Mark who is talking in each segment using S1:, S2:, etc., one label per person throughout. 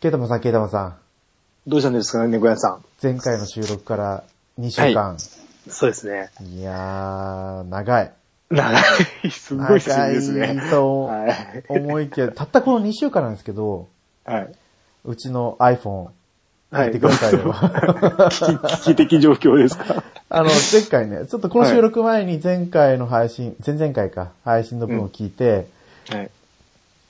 S1: ケイタマさん、ケイタマさん。
S2: どうしたんですかね、猫屋さん。
S1: 前回の収録から2週間。
S2: そうですね。
S1: い、やー、長い。
S2: 長い、すごい久しぶりですね。
S1: 長いと
S2: はい。
S1: 思いきや、たったこの2週間なんですけど、
S2: はい。
S1: うちの iPhone、
S2: は
S1: 聞いてくださいよ。
S2: 危機危機的状況ですか
S1: あの、前回 ね、ちょっとこの収録前に前回の配信、前々回か、配信の分を聞いて、
S2: はい。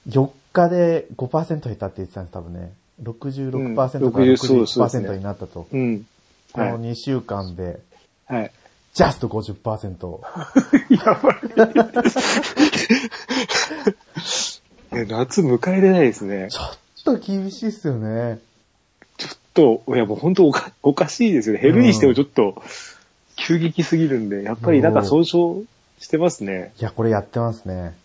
S1: 4日で5%減ったって言ってたんです、多分ね。66%から
S2: うん60そうですそうですね
S1: 61%になったと。
S2: うん。
S1: こ
S2: は
S1: の
S2: い。
S1: 2週間で、
S2: はい。
S1: ジャスト50%。
S2: やばい。いや夏迎えれないですね。
S1: ちょっと厳しいっすよね。
S2: ちょっと、いやもう本当おかおかしいですよね。減るにしてもちょっと、急激すぎるんで、やっぱりなんか総称してますね。
S1: いや、これやってますね。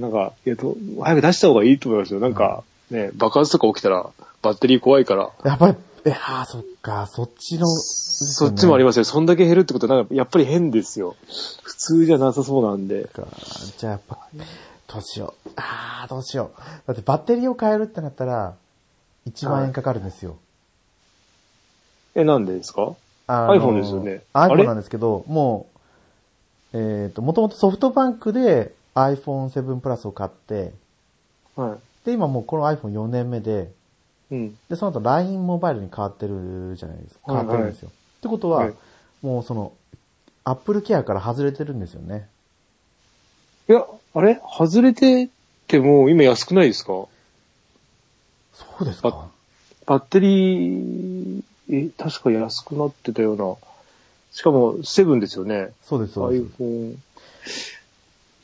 S2: なんか、いやと、早く出した方がいいと思いますよ。なんか、ね、爆発とか起きたら、バッテリー怖いから、
S1: やっぱり、いやー、そっか、そっちの、
S2: そっちもありますよ。そんだけ減るってことは、なんかやっぱり変ですよ。普通じゃなさそうなんで。
S1: か。じゃあやっぱ、どうしよう。あー、どうしよう。だってバッテリーを変えるってなったら、1万円かかるんですよ。
S2: え、なんでですか
S1: あ
S2: iPhone ですよねあ
S1: iPhone
S2: れ
S1: なんですけど、もう、えっ、と、もともとソフトバンクで iPhone7 プラスを買って、
S2: は
S1: で、今もうこの iPhone4 年目で、
S2: い。うん。
S1: で、その後 LINE モバイルに変わってるじゃないですか。変わってるんですよ。ってことは、
S2: はい
S1: もうその、Apple ケアから外れてるんですよね。
S2: いや、あれ外れてても、今安くないですか
S1: そうです
S2: あバッテリー、え、確か安くなってたような。しかも、セブンですよね。
S1: そうです、そうです。
S2: iPhone。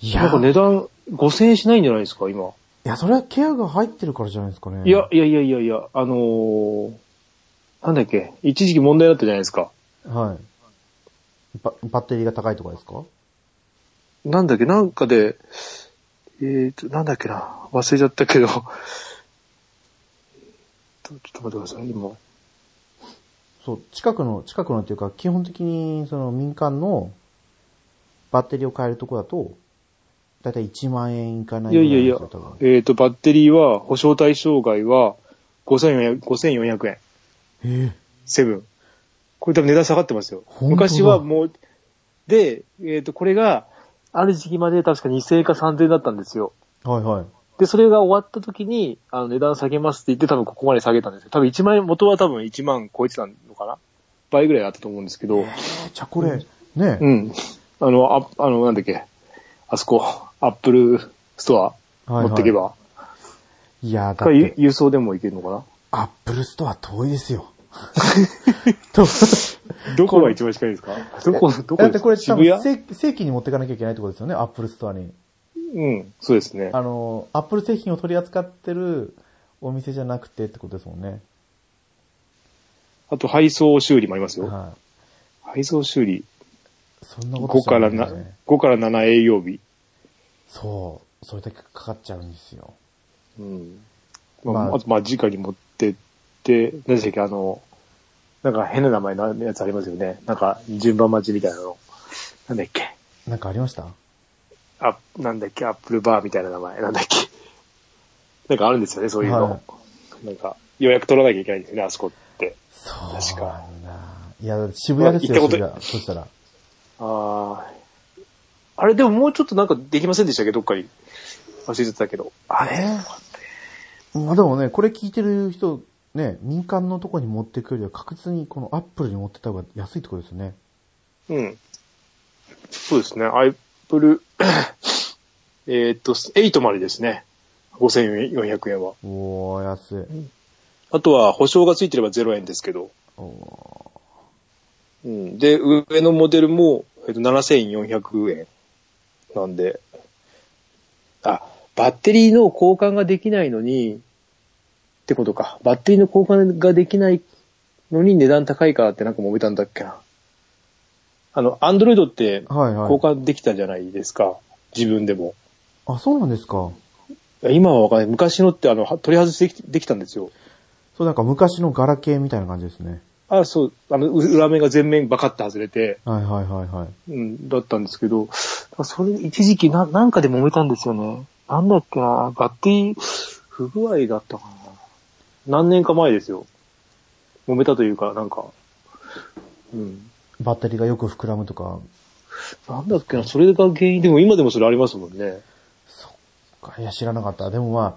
S1: いや
S2: なんか値段、5000円しないんじゃないですか今。
S1: いや、それはケアが入ってるからじゃないですかね。
S2: いや、いやいやいやいや、あのー、なんだっけ、一時期問題だったじゃないですか。
S1: はい。ババッテリーが高いとかですか
S2: なんだっけ、なんかで、えーと、なんだっけな、忘れちゃったけど、ちょちょっと待ってください、今。
S1: そう、近くの、近くのっていうか、基本的に、その民間のバッテリーを変えるとこだと、だいたい1万円いかない
S2: い
S1: ぐ
S2: や
S1: ら
S2: いやいや
S1: なんですよ多、分
S2: えーと、バッテリーは、保証対象外は5400、5400円。
S1: ええ
S2: セブン。これ多分値段下がってますよ。
S1: 本当だ
S2: 昔はもう、で、えーと、これが、ある時期まで確か2000円か3000円だったんですよ。
S1: はいはい。
S2: で、それが終わった時に、あの、値段下げますって言って多分ここまで下げたんですよ。多分1万円、元は多分1万超えてたのかな倍ぐらいあったと思うんですけど、
S1: えじゃあこれ、ね、
S2: うん。あの、あ、あの、なんだっけ、あそこ、アップルストア
S1: はいはい
S2: 持ってけば、
S1: いや、だっ
S2: これ
S1: て、
S2: ゆ郵送でもいけるのか
S1: アップルストア遠いですよ。と
S2: などこが一番近いですかどこ、どこ
S1: だって
S2: です
S1: これ
S2: か
S1: 多
S2: 渋
S1: 分
S2: 谷
S1: 正、正規に持っていかなきゃいけないってことですよね、アップルストアに。
S2: うん、そうですね。
S1: あの、アップル製品を取り扱ってるお店じゃなくてってことですもんね。
S2: あと配送修理もありますよ。
S1: はい。
S2: 配送修理。
S1: そんなこと
S2: 5
S1: した
S2: から
S1: んだよ
S2: な
S1: ね。
S2: 5から7営業日。
S1: そう。それだけかかっちゃうんですよ。
S2: うん。まあ、
S1: まあ
S2: あと、まあ、直に持ってって、何でしたっけ、あの、なんか変な名前のやつありますよね。なんか、順番待ちみたいなの。なんだっけ。
S1: なんかありました
S2: あ、なんだっけ、アップルバーみたいな名前。なんだっけ。なんかあるんですよね、そういうの。
S1: は
S2: なんか、予約取らなきゃいけないんですよね、あそこって。
S1: そう
S2: 確か
S1: なんだ。いや、渋谷ですよ、
S2: 行ったこと
S1: 渋谷。そしたら。
S2: ああ。あれ、でももうちょっとなんかできませんでしたっけ、どっかに。忘れてたけど。あれ
S1: まあでもね、これ聞いてる人、ね、民間のとこに持ってくよりは確実にこのアップルに持ってった方が安いってことですよね。
S2: うん。そうですね。アイプル、 えーっと、8までですね。5400円は。
S1: おー、安い。
S2: あとは、保証がついてれば0円ですけど。
S1: お
S2: うん。で、上のモデルも、えっと、7400円なんで。あ、バッテリーの交換ができないのに、ってことか。バッテリーの交換ができないのに値段高いからってなんか揉めたんだっけな。あの、アンドロイドって、
S1: ーはいは
S2: 交
S1: い。
S2: 換できたじゃないですか。自分でも。
S1: あ、そうなんですか。
S2: 今はわかんない。昔のってあの、は取り外しできできたんですよ。
S1: そう、なんか昔のガラケーみたいな感じですね。
S2: あそう、あの、う裏面が全面バカッて外れて、
S1: はいはいはいはい。
S2: うん、だったんですけど、それ一時期な、なんかで揉めたんですよね。なんだっけな、バッテリー不具合だったかな。何年か前ですよ。揉めたというか、なんか、うん。
S1: バッテリーがよく膨らむとか、
S2: なんだっけな、それが原因、でも今でもそれありますもん ね。
S1: いや、知らなかった。でもまあ、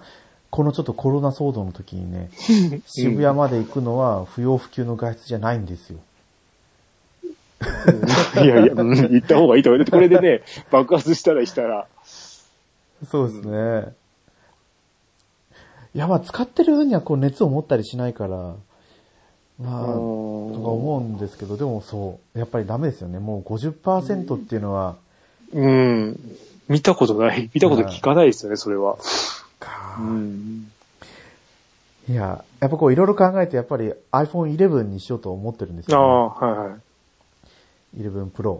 S1: このちょっとコロナ騒動の時に ね、渋谷まで行くのは不要不急の外出じゃないんですよ。
S2: いやいや、うん行った方がいいと思う。これでね、爆発したらしたら。
S1: そうですね。いや、まあ、使ってる分にはこう熱を持ったりしないから、まあ、とか思うんですけど、でもそう、やっぱりダメですよね。もう50%っていうのは、
S2: うん。見たことない。見たこと聞かないですよね、それは。
S1: か
S2: うん。
S1: いや、やっぱこういろいろ考えて、やっぱり iPhone 11にしようと思ってるんです
S2: あ
S1: よ、
S2: あ、はいは
S1: ね。11 Pro。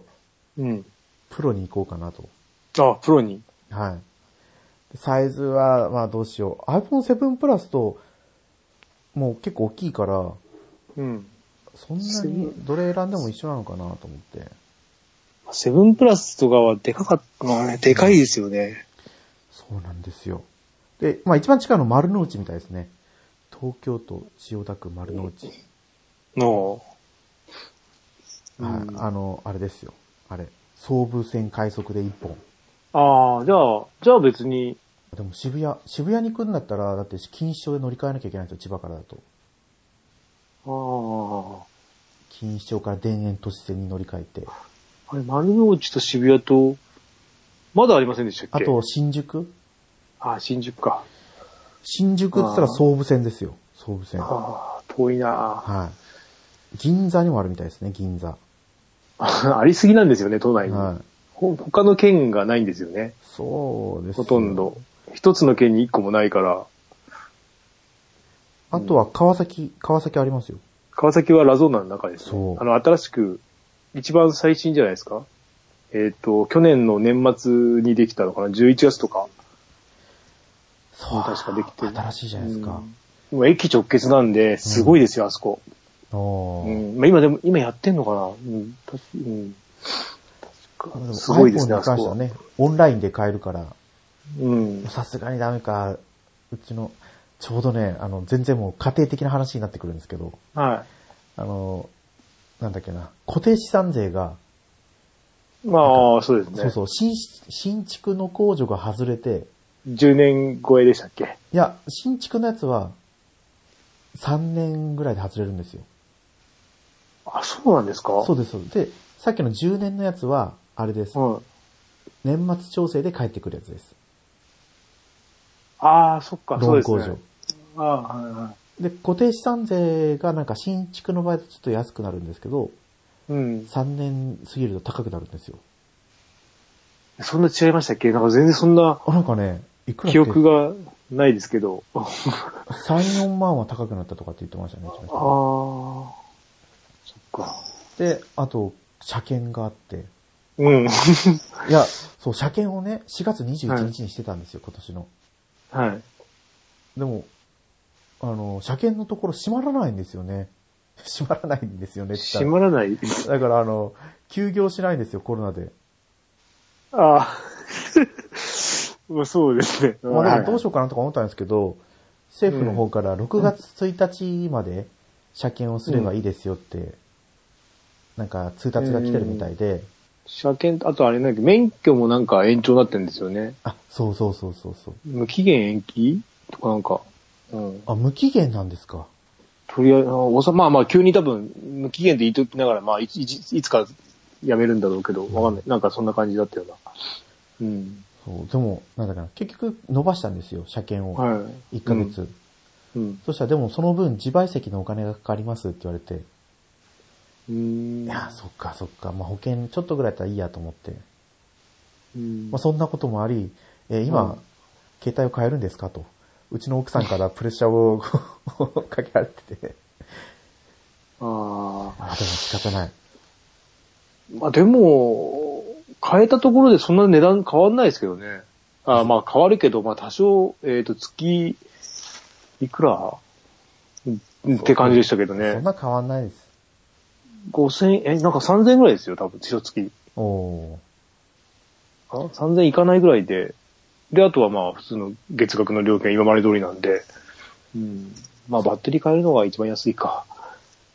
S2: い。うん。
S1: Pro に行こうかなと。
S2: あプロに。
S1: はい。サイズは、まあどうしよう。iPhone7 Plus と、もう結構大きいから、
S2: うん。
S1: そんなにどれ選んでも一緒なのかなと思って。
S2: セブンプラスとかはでかかった、まあね、でかいですよね。
S1: そうなんですよ。で、まあ一番近いの丸の内みたいですね。東京都千代田区丸の内。
S2: の、う
S1: はい
S2: ん、
S1: あの、あれですよ。あれ。総武線快速で1本。
S2: ああ、じゃあ、じゃあ別に、
S1: でも渋谷、渋谷に行くんだったら、だって錦糸町で乗り換えなきゃいけないんですよ、千葉からだと。
S2: ああ、
S1: 錦糸町から田園都市線に乗り換えて。
S2: あれ、丸の内と渋谷と、まだありませんでしたっ
S1: あ
S2: け
S1: と、、新宿
S2: あ新宿か。
S1: 新宿って言ったら
S2: あー
S1: 総武線ですよ。総武線。は
S2: ああ、遠いなあ
S1: い。銀座にもあるみたいですね、銀座。
S2: ありすぎなんですよね、都内に。
S1: はい。
S2: ほ他の県がないんですよね。
S1: そうです
S2: ほ
S1: よ
S2: とんど。。一つの県に一個もないから、
S1: あとは川崎、川崎ありますよ。
S2: 川崎はラゾーナの中です、
S1: そう
S2: あの、新しく、一番最新じゃないですかえっ、と、去年の年末にできたのかな ?11 月とか。
S1: そう。
S2: 確かできてる
S1: 新しいじゃないですか。
S2: うんもう駅直結なんで、すごいですよ、あそこ。
S1: お
S2: う
S1: ー
S2: ん。まあ、今でも、今やってんのかなうん。確かうん確
S1: まあで
S2: か
S1: も
S2: すごいですね、
S1: iPhone
S2: あ
S1: に
S2: そ
S1: 関し
S2: こ
S1: ては
S2: は。
S1: ね、オンラインで買えるから、
S2: うん。
S1: さすがにダメか。うちの、ちょうどね、あの、全然もう家庭的な話になってくるんですけど、
S2: は
S1: あの、なんだっけな、固定資産税が、
S2: い。まあ、そうですね。
S1: そうそう、新、新築の控除が外れて、
S2: 10年超えでしたっけ
S1: いや、新築のやつは、3年ぐらいで外れるんですよ。
S2: あ、そうなんですか
S1: そう
S2: う
S1: です、そうです。で、さっきの10年のやつは、あれです。
S2: うん。
S1: 年末調整で帰ってくるやつです。
S2: ああ、そっか、
S1: ロ
S2: そ
S1: ーン
S2: うです
S1: 控
S2: ね
S1: 除。。
S2: ああ、はいは
S1: で、固定資産税がなんか新築の場合だとちょっと安くなるんですけど、
S2: い。うん。
S1: 3年過ぎると高くなるんですよ。
S2: そんな違いましたっけなんか全然そんな
S1: あ、なんかね、いくら
S2: 記憶
S1: が。
S2: がないですけど。あ
S1: 3、4万は高くなったとかって言ってましたね、うち
S2: あ、
S1: の
S2: そっか。
S1: 人で、あと、車検があって。
S2: うん。はい
S1: や、そう、車検をね、4月21日にしてたんですよ、今年の。
S2: い。
S1: でも、あの、車検のところ閉まらないんですよね。 閉まらないんですよねって言
S2: 閉
S1: っ
S2: まらない。
S1: たらだから、あの、休業しないんですよ、コロナで。
S2: ああ。そうですね。
S1: まあでもどうしよ
S2: よ
S1: うかなとか思ったんですけど、政府の方から6月1日まで車検をすればいいですよって、なんか通達が来てるみたいで、
S2: う。車検、あとあれなんだっけ免許もなんか延長になってんですよね。
S1: あ、そうそうそうそうそう。
S2: 無期限延期とかなんか。うん。
S1: あ、無期限なんですか。
S2: とりあえず、おさまあまあ急に多分、無期限で言いときながら、まあいつ、いついつか辞めるんだろうけど、わかんない。なんかそんな感じだったような。うん。
S1: そう、でも、なんだかな、結局伸ばしたんですよ、車検を。
S2: は
S1: 1ヶ月。
S2: い。うん。
S1: そしたらでもその分自賠責のお金がかかりますって言われて、
S2: うん
S1: いや、そっかそっか、まあ保険ちょっとぐらいだったらいいやと思って。
S2: うん
S1: まあ、そんなこともあり、えー今、
S2: うん
S1: 携帯を変えるんですかと。うちの奥さんからプレッシャーを かけられてて。
S2: ああ。
S1: あ、でも仕方ない。
S2: まあでも、変えたところでそんな値段変わんないですけどね。あーまあ変わるけど、まあ多少、えっ、と、月、いくらうんって感じでしたけど
S1: そん
S2: ね。
S1: な変わんないです。
S2: 5000、え、なんか3000円ぐらいですよ、多分、一月。
S1: おお
S2: あ3000いかないぐらいで、で、あとはまあ普通の月額の料金は今まで通りなんで、うん。まあバッテリー変えるのが一番安いか。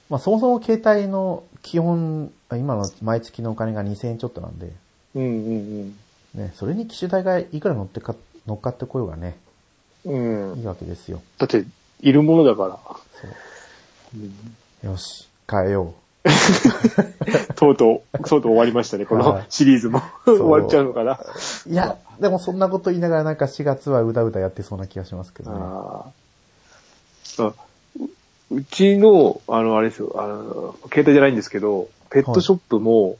S1: まあそもそも携帯の基本、あ今の毎月のお金が2000円ちょっとなんで、
S2: うんうん
S1: ね、それに機種代がいくら乗ってか、乗っかってこようがね、
S2: うん。う
S1: い
S2: ん。
S1: いわけですよ。
S2: だって、いるものだから。
S1: よし、変えよ
S2: とうとう、とうとう終わりましたね、この
S1: はい
S2: シリーズも。
S1: う
S2: 終わっちゃうのかな。
S1: う。いや、でもそんなこと言いながらなんか4月はうだうだやってそうな気がしますけどね。
S2: あーあううちの、あの、あれですよ、あの、携帯じゃないんですけど、ペットショップも、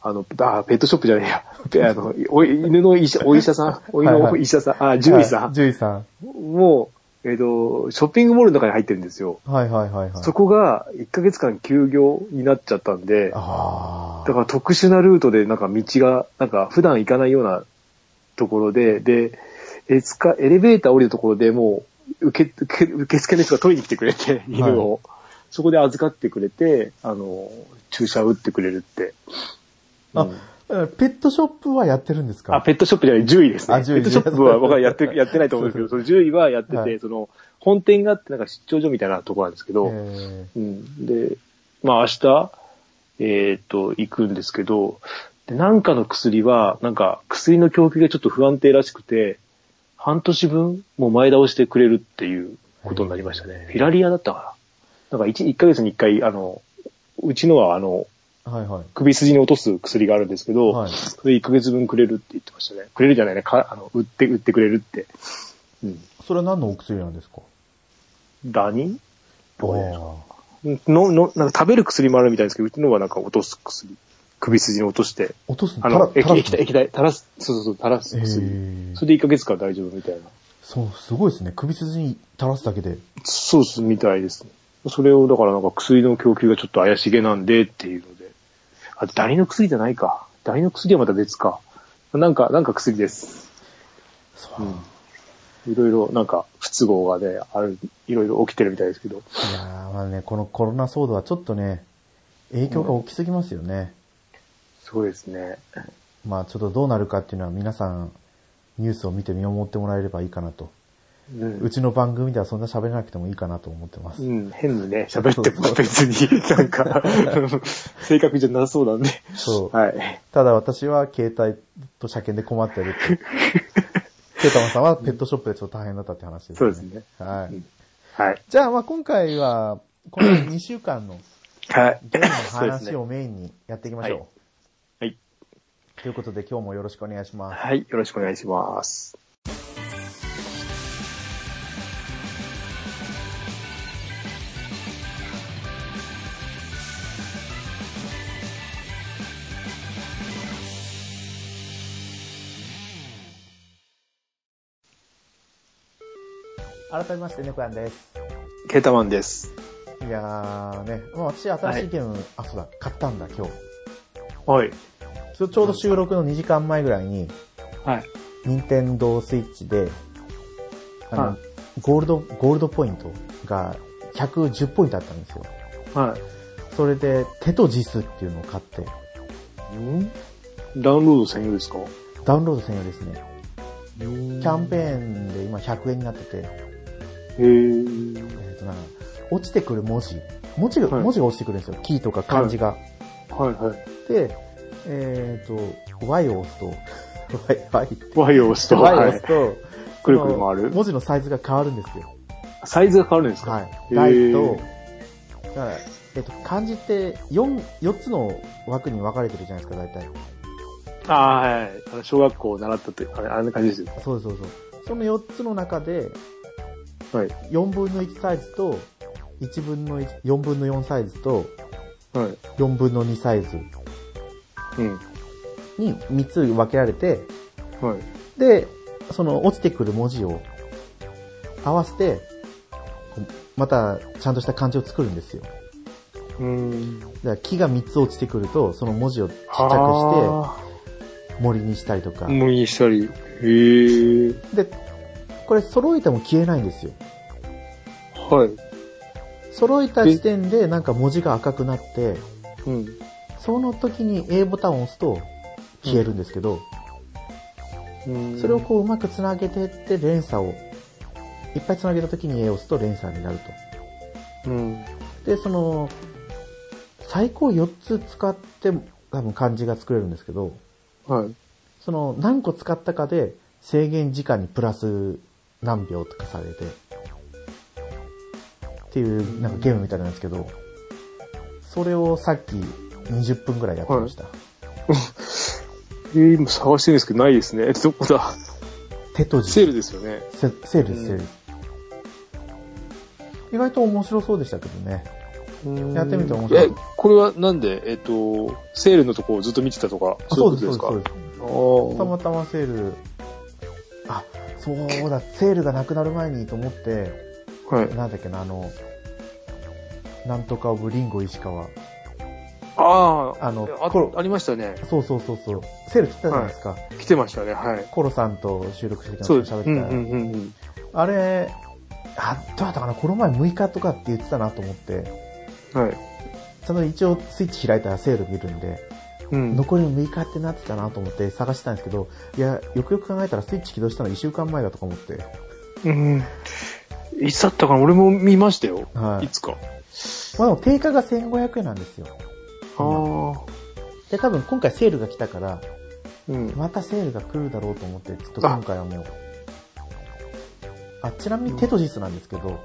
S2: あの、あー、ペットショップじゃ ないや。ペあの、お犬の医者、お医者さん、お犬のお医者さん、あー、獣医さ
S1: はい
S2: ん
S1: 獣医さん。
S2: もう、えっ、と、ショッピングモールの中に入ってるんですよ。
S1: はいはいはいはい。
S2: そこが1ヶ月間休業になっちゃったんで、
S1: ああ。
S2: だから特殊なルートで、なんか道が、なんか普段行かないようなところで、で、エスカ、エレベーター降りるところでもう、受け、受け、受付の人が取りに来てくれて、犬を。そこで預かってくれて、あの、注射を打ってくれるって。
S1: あ
S2: うん
S1: えペットショップはやってるんですか
S2: あ、ペットショップじゃない、獣医ですね。
S1: あ獣医
S2: ペットショップは僕はやって、やってないと思うんですけど、その獣医はやってて、
S1: はい
S2: その、本店があってなんか出張所みたいなとこなんですけど、
S1: え
S2: うん。で、まあ明日、えーっと、行くんですけど、でなんかの薬は、なんか薬の供給がちょっと不安定らしくて、半年分もう前倒してくれるっていうことになりましたね。フィラリアだったから。なんか 1, 1ヶ月に1回、あの、うちのはあの、
S1: ーはいはい。
S2: 首筋に落とす薬があるんですけど、
S1: はい
S2: それ1ヶ月分くれるって言ってましたね。くれるじゃないね。かあの売って、売ってくれるって。うん。
S1: それは何のお薬なんですか
S2: ダニどうでしょう
S1: あ
S2: の、の、なんか食べる薬もあるみたいですけど、うちのはなんか落とす薬。首筋に落として。
S1: ー落とすの
S2: あの、
S1: 垂ら
S2: 液
S1: 垂ら
S2: 液体、液体、垂らす、そうそうそう、垂らす薬
S1: へー。
S2: それで1ヶ月間大丈夫みたいな。
S1: そう、すごいですね。首筋に垂らすだけで。
S2: そうです、みたいですね。それを、だからなんか薬の供給がちょっと怪しげなんでっていうので。あ、ダニの薬じゃないか。ダニの薬はまた別か。なんか、なんか薬です。
S1: そうう。
S2: ん。いろいろ、なんか、不都合がね、ある、いろいろ起きてるみたいですけど。
S1: いやーまあね、このコロナ騒動はちょっとね、影響が大きすぎますよね。
S2: すごいですね。
S1: まあちょっとどうなるかっていうのは皆さん、ニュースを見て見守ってもらえればいいかなと。
S2: うん
S1: うちの番組ではそんな喋らなくてもいいかなと思ってます。
S2: うん、変にね、喋って
S1: そ
S2: も
S1: う
S2: 別 に、なんか、性格じゃなさそうなんで。
S1: そう
S2: はい。
S1: ただ私は携帯と車検で困ってるっ て。ケータマンさんはペットショップでちょっと大変だったって話ですね。
S2: そうですね。
S1: はい。
S2: うんはい。
S1: じゃあまあ今回は、この2週間の
S2: はい。
S1: ゲームの
S2: そうです
S1: 話
S2: ね。
S1: をメインにやっていきましょう。
S2: はいはい。
S1: ということで今日もよろしくお願いします。
S2: はい。よろしくお願いします。
S1: 改めまして、猫やんです。
S2: ケータマンです。
S1: いやーね、まあ、私新しいゲーム、あ、そうだ、買ったんだ今日。
S2: はい。
S1: ちょちょうど収録の2時間前ぐらいに、
S2: はい。
S1: 任天堂スイッチで、あの、
S2: はい
S1: ゴールド、ゴールドポイントが110ポイントあったんですよ。
S2: は
S1: それで、テトジスっていうのを買って、
S2: い。んダウンロード専用ですか
S1: ダウンロード専用ですね。
S2: キ
S1: キャ
S2: ャ
S1: ンペ
S2: ーン。
S1: ーンで今100円になってて、
S2: へ
S1: え
S2: ー
S1: ーとな落ちてくる文字、文字が、
S2: はい
S1: 文字が落ちてくるんですよ。キーとか漢字が。
S2: はいはい。
S1: で、えっと、Y を押 すと、Y、Y って。
S2: ワイを押すと、
S1: Y を
S2: は
S1: 押
S2: い
S1: す。と、
S2: くるくる回
S1: その
S2: る。
S1: 文字のサイズが変わるんですよ。
S2: サイズが変わるんですか
S1: はい。
S2: へー
S1: 大と、だから、えっと、漢字って4、四つの枠に分かれてるじゃないですか、大体。
S2: あーはいあの。小学校習ったって、あれ、あんな感じですよ。
S1: そうです、そうです。その4つの中で、
S2: はい。
S1: 4分の1サイズと、1分の1、4分の4サイズと、
S2: はい。
S1: 4分の2サイズ
S2: うん。
S1: に3つ分けられて、
S2: はい。
S1: で、その落ちてくる文字を合わせて、こうまたちゃんとした漢字を作るんですよ。だか
S2: うーん。ちっ
S1: ら木が3つ落ちてくると、その文字をちっちゃ
S2: ゃ
S1: くして森にしたりとか。
S2: もういいしたり。へえ。
S1: で、これ揃えても消えないんですよ。
S2: はい。
S1: 揃えた時点でなんか文字が赤くなって、
S2: うん。
S1: その時に A ボタンを押すと消えるんですけど、
S2: うん
S1: それをこううまくつなげてって連鎖をいっぱい繋げた時に EOS とレンサーになると。
S2: うん。
S1: で、その、最高4つ使っても多分漢字が作れるんですけど、
S2: はい。
S1: その何個使ったかで制限時間にプラス何秒とかされて、っていうなんかゲームみたいなんですけど、それをさっき20分ぐらいやってました。
S2: えー、今探してるんですけど、ないですね。 どこだ
S1: 手とじ。
S2: セールですよね。
S1: セセールです、
S2: うん
S1: セールです。意外と面白そうでしたけどね。やってみて面白い
S2: え、これはなんで、えっと、セールのとこをずっと見てたとか、
S1: あ
S2: そういうことですか
S1: そうです、そうです。た
S2: あ
S1: またまセール、あ、そうだ、セールがなくなる前にと思って、
S2: あ。はい。
S1: なんだっけな、あの、なんとかオブリンゴ石川。
S2: ああ、
S1: あのコロ
S2: あ、ありましたね。
S1: そうそうそうそう。セール来てたじゃないですか。
S2: 来てましたね、はい。
S1: コロさんと収録してきた
S2: そう
S1: の
S2: です。
S1: 喋っ
S2: うん
S1: た、
S2: うんうんうん。
S1: あれ、あ、どうだったかなこの前6日とかって言ってたなと思って、
S2: はい。
S1: その一応スイッチ開いたらセール見るんで、
S2: うん。
S1: 残りの6日ってなってたなと思って探してたんですけど、いや、よくよく考えたらスイッチ起動したの1週間前だとか思って。
S2: うん。いつだったかな俺も見ましたよ。
S1: はい
S2: いつか。
S1: まあでも定価が1500円なんですよ。
S2: ああ。
S1: で、多分今回セールが来たから、
S2: うん。
S1: またセールが来るだろうと思って、ちょっと今回はもう。あ、ちなみにテトジスなんですけど、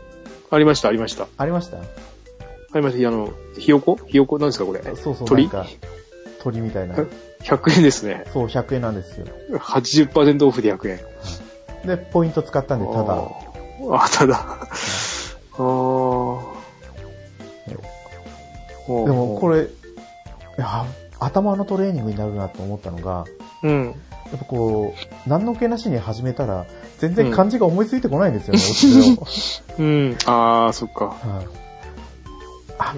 S2: ありました、ありました。
S1: ありました
S2: ありました。あの、ひよこひよこなんですか、これ。
S1: そうそう、な
S2: 鳥
S1: んか、鳥みたいな。
S2: 100円ですね。
S1: そう、100円なんですよ。
S2: 80%オフで100円。
S1: で、ポイント使ったんで、ただ、
S2: あ、ただ。ああ。
S1: でもこ
S2: れ、
S1: れ、いや、頭のトレーニングになるなと思ったのが、
S2: うん。
S1: やっぱこう、何の気なしに始めたら、全然漢字が思いついてこないん ですよね、私の
S2: うん。ああ、そっか。
S1: はいあ、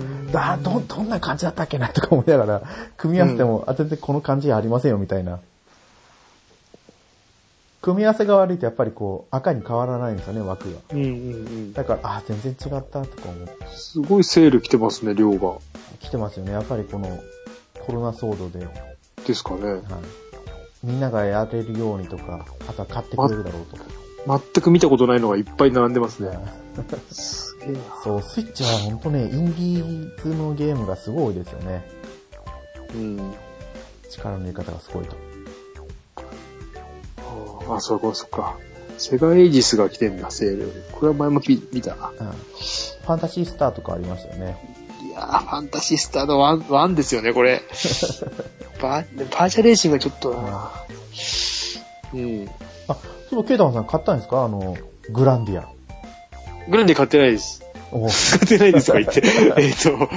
S1: ど、どんな漢字だったっけなとか思いながら、組み合わせても、あ、全然この漢字ありませんよ、みたいな。組み合わせが悪いと、やっぱりこう、赤に変わらないんですよね、枠が。
S2: うんうんうん。
S1: だから、あ、全然違った、とか思って。
S2: すごいセール来てますね、量が。
S1: 来てますよね。やっぱりこの、コロナ騒動で、はい。
S2: ですかね。
S1: みんながやれるようにとか、あとは買ってくれるだろうとか。
S2: 全く見たことないのがいっぱい並んでますね。すげえな。
S1: そう、スイッチは本当ね、インディーズのゲームがすごい多いですよね。
S2: うん。
S1: 力の入れ方がすごいと。
S2: あ、そっか、そっか。セガエイジスが来てんだ、セール。これは前もき見たな。
S1: うん。ファンタシースターとかありましたよね。
S2: いやー、ファンタシスタのワン、ワンですよね、こ れ。バー、バーチャレーシングがちょっとな。うん。
S1: あ、そういえば、ケイタマンさん買ったんですかあの、グランディア。
S2: グランデ買ってないです。
S1: お
S2: 買ってないですとか言って。 えっと、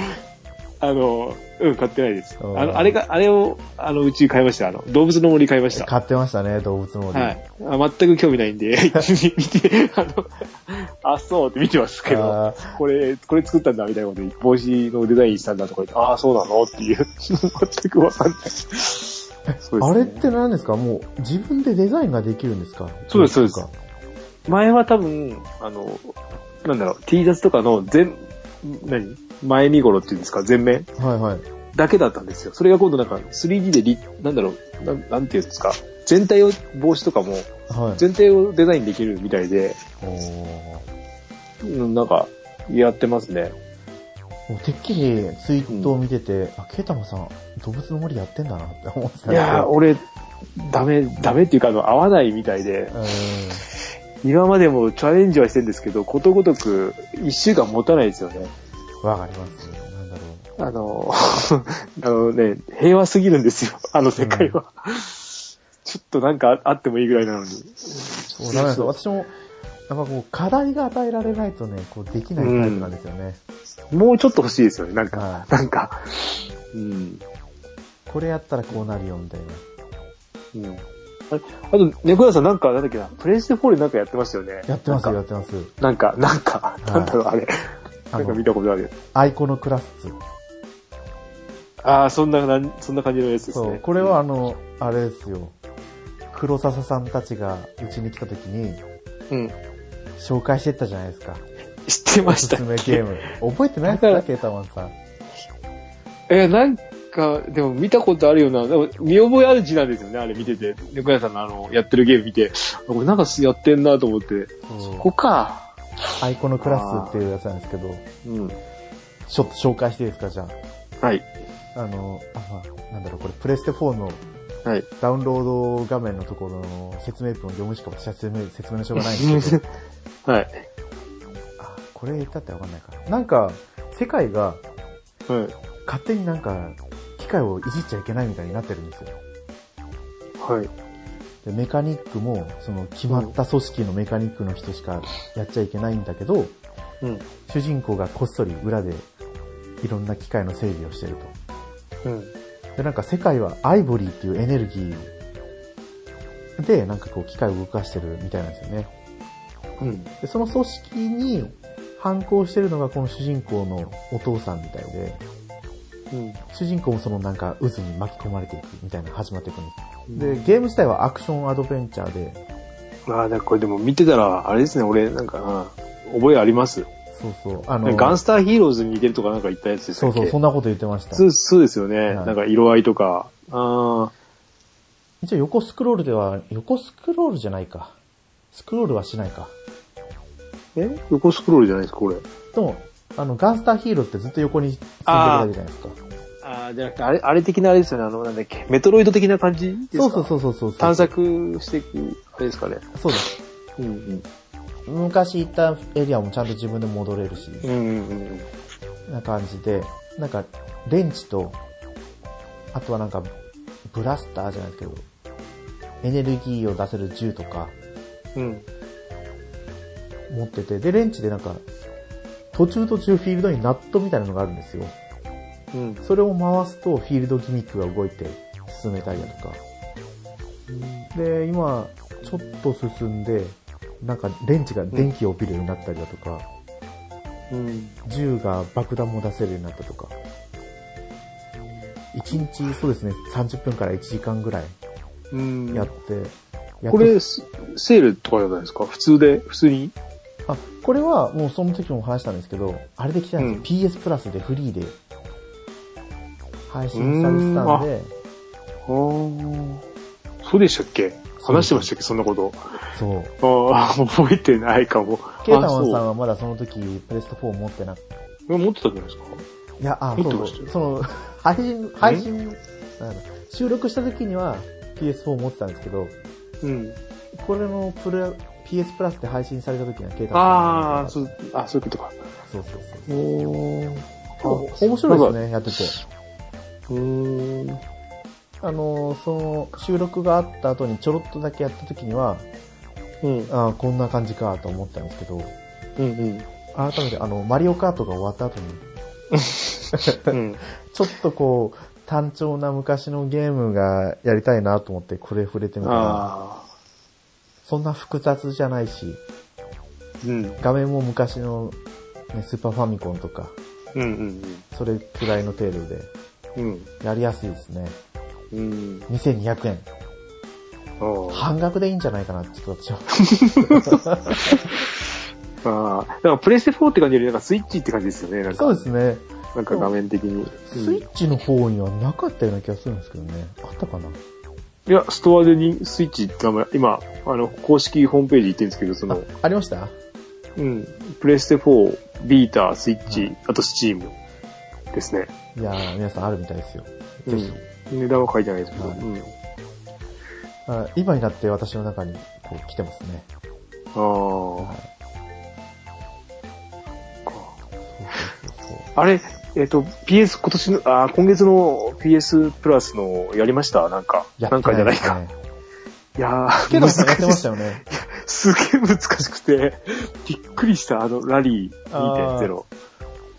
S2: あの、うん、買ってないです。あ
S1: うん
S2: の、あれが、あれを、あの、うち買いました。あの、動物の森買いました。
S1: 買ってましたね、動物の森。
S2: はい。あ全く興味ないん で、見て、あの、あ、そうって見てますけ
S1: あ
S2: ど、これ、これ作ったんだみたいなことで、帽子のデザインしたんだとか言って、ああ、そうなのっていう、 全くわかんない。そうですね
S1: あれって何ですかもう、自分でデザインができるんですか
S2: そうですそうです
S1: か
S2: 前は多分、あの、なんだろう、T シャツとかの全、何前身頃っていうんですか、全面
S1: はいはい。
S2: だけだったんですよ。それが今度なんか 3D でり、なんだろう、なんなんていうんですか、全体を、帽子とかも、
S1: はい。
S2: 全体をデザインできるみたいで、
S1: おー
S2: うんなんか、やってますね。
S1: もうてっきりツイートを見てて、あ、ケイタマさん、動物の森やってんだなって思ってたん
S2: いやー、俺、ダメ、ダメっていうか、あの、合わないみたいで、今までもチャレンジはしてるんですけど、ことごとく、一週間持たないですよね。
S1: うん、わかります。なんだろ
S2: あの、 あのね、平和すぎるんですよ、 あの世界は。ちょっとなんかああってもいいぐらいなの
S1: う。
S2: に。
S1: そう、ダメなんですよ。私も、なんかこう、課題が与えられないとね、こう、できないタイプなんですよね。
S2: もうちょっと欲しいですよね、なんか、
S1: は
S2: なんか。うん。
S1: い。これやったらこうなるよ、みたいな。
S2: うん、あれあと、猫屋さんなんか、なんだっけな、プレイステ4でなんかやってましたよね。
S1: やってますよ、
S2: な
S1: や
S2: ん
S1: って
S2: か、
S1: ます。
S2: なんか、なんか、
S1: い
S2: なんだろう、あれ。
S1: あ
S2: なんか見
S1: の、
S2: たことある。
S1: アイコのクラスツ。
S2: ああ、そんな、なんそんな感じのやつです
S1: そ
S2: ね。
S1: う、これはあの、あれですよ。黒笹さんたちがうちに来た時に
S2: うん。
S1: 紹介してったじゃないですか。
S2: 知ってま
S1: おす
S2: し
S1: す
S2: た。
S1: めゲーム。覚えてないですか
S2: だか
S1: らケイタマンさん。
S2: え、なんか、でも見たことあるような、でも見覚えある字なんですよね、あれ見てて。猫屋さんのあの、やってるゲーム見て、あこれなんかやってんなと思って、
S1: そう
S2: ここか。
S1: アイコのクラスっていうやつなんですけど、
S2: うん。
S1: ちょっと紹介していいですか、じゃ
S2: はい。
S1: あ。あの、あ、まあ、なんだろう、これ、プレステ4の
S2: はい。
S1: ダウンロード画面のところの説明文を読むしか私は説明、説明のしょうがないんですけ ど、
S2: はい。
S1: あ、これ言ったってわかんないかな。なんか、世界が
S2: はい。
S1: 勝手になんか、機械をいじっちゃいけないみたいになってるんですよ。
S2: はい。
S1: でメカニックも、その決まった組織のメカニックの人しかやっちゃいけないんだけど、
S2: うん。
S1: 主人公がこっそり裏でいろんな機械の整備をしてると。
S2: うん。
S1: で、なんか世界はアイボリーっていうエネルギーで、なんかこう機械を動かしてるみたいなんですよね。
S2: うん。
S1: で、その組織に反抗してるのがこの主人公のお父さんみたいで、
S2: うん。
S1: 主人公もそのなんか渦に巻き込まれていくみたいな始まっていくんです。
S2: で、
S1: で、ゲーム自体はアクションアドベンチャーで、
S2: まあ、だからこれでも見てたら、あれですね、俺、なんかな、覚えあります。
S1: そうそう、あの、
S2: ガンスターヒーローズに似てるとかなんか言ったやつです
S1: そうそう、そんなこと言ってました。
S2: そう、そうですよね。
S1: はい
S2: なんか色合いとか。あ
S1: 一応横スクロールでは、横スクロールじゃないか。スクロールはしないか。
S2: ーえ横スクロールじゃないですか、これ。
S1: でも、あの、ガンスターヒーローってずっと横に進んでるだけじゃないですか。
S2: ああ、じゃなくて、あれ、あれ的なあれですよね、あの、なんだっけ、メトロイド的な感じですか。
S1: そうそうそううそうそう。
S2: 探。索していく、あれですかね。
S1: そうです。
S2: うんうん。
S1: 昔行ったエリアもちゃんと自分で戻れるし、
S2: うんうんうん。
S1: な感じで、なんか、レンチと、あとはなんか、ブラスターじゃないですけど、エネルギーを出せる銃とか
S2: うん。
S1: 持ってて、で、レンチでなんか、途中途中フィールドにナットみたいなのがあるんですよ。
S2: うん。
S1: それを回すとフィールドギミックが動いて進めたりだとか。で、今、ちょっと進んで、なんか電池が電気を帯びるようになったりだとか、
S2: うん。
S1: 銃が爆弾も出せるようになったとか。1日、そうですね、30分から1時間ぐらい
S2: うん。
S1: やって、やっと
S2: これ、セールとかじゃないですか普通で、普通に。
S1: あ、これはもうその時も話したんですけど、あれで来たんですよ、PS プラスでフリーで配信されてたんで、
S2: ああ。そうでしたっけ話してましたっけそんなこと。
S1: そう。
S2: ああ、覚えてないかも。
S1: ケータマンさん
S2: あ
S1: はまだその時、プレスト4持ってなくて、
S2: そう持ってたんじゃないですか
S1: いや、あ、
S2: 持
S1: そ
S2: ってま
S1: う
S2: した
S1: そ
S2: よ
S1: う、その、配信、配信、なんだ収録した時には PS4 持ってたんですけど、
S2: うん。
S1: これのプレ PS プラスで配信された時には携帯。
S2: ああ、そうう、あ、そういうことか。
S1: そうそうそう。
S2: お
S1: でも面白いですね、やってて。
S2: うーん。
S1: あのー、その、収録があった後にちょろっとだけやった時には、
S2: うん。
S1: ああ、こんな感じかと思ったんですけど、
S2: うんうん。
S1: 改めて、あの、マリオカートが終わった後に、
S2: うん。
S1: ちょっとこう、単調な昔のゲームがやりたいなと思ってこれ触れてみたら、
S2: ああ。
S1: そんな複雑じゃないし、
S2: うん。うん
S1: 画面も昔の、ね、スーパーファミコンとか、
S2: うん
S1: それくらいの程度で、
S2: うん。
S1: やりやすいですね。
S2: うん。うん。
S1: 2200円。
S2: あ
S1: 半額でいいんじゃないかなって、ちょっと 私は。
S2: あ。だからプレステ4って感じより、なんかスイッチって感じですよね。なんか、
S1: そうですね。
S2: なんか画面的に。
S1: スイッチの方にはなかったような気がするんですけどね。あったかない
S2: や、ストアでにスイッチって名前、今、あの、公式ホームページ行ってるんですけど、そ
S1: あ
S2: の、、
S1: ありました
S2: うん。プレステ4、ビーター、スイッチ、あとスチームですね。
S1: いやー、皆さんあるみたいですよ。ぜ
S2: う
S1: ひ
S2: ん。。値段は書いてないですけど。
S1: はい
S2: うん。
S1: あ今になって私の中にこう来てますね。
S2: ああ。
S1: はいそうそうそう
S2: あれ、えっ、と、PS 今年の、あー今月の PS プラスのやりましたなんか。
S1: や
S2: な
S1: っ
S2: ん
S1: て
S2: かじゃない
S1: です
S2: か。
S1: ね。
S2: いやー、
S1: ケンタマンさんやってまし
S2: した
S1: よね。
S2: た。すげえ難しくて、びっくりした、あの、ラリー2.0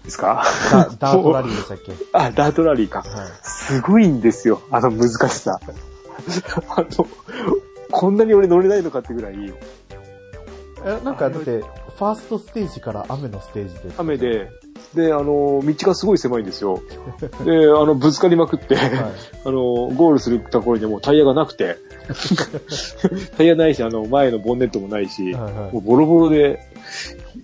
S2: ですか
S1: ダダートラリーでしたっけ
S2: あ、ダートラリーか。
S1: はい。
S2: すごいんですよ、あの難しさ。あの、こんなに俺乗れないのかってぐらい、
S1: え、なんかだって、ファーストステージから雨のステージで。
S2: 雨で、で、あの、道がすごい狭いんですよ。で、あの、ぶつかりまくって、
S1: はい。
S2: あの、ゴールするところにはもうタイヤがなくて、 タイヤないし、あの、前のボンネットもないし、
S1: はいはい
S2: もうボロボロで、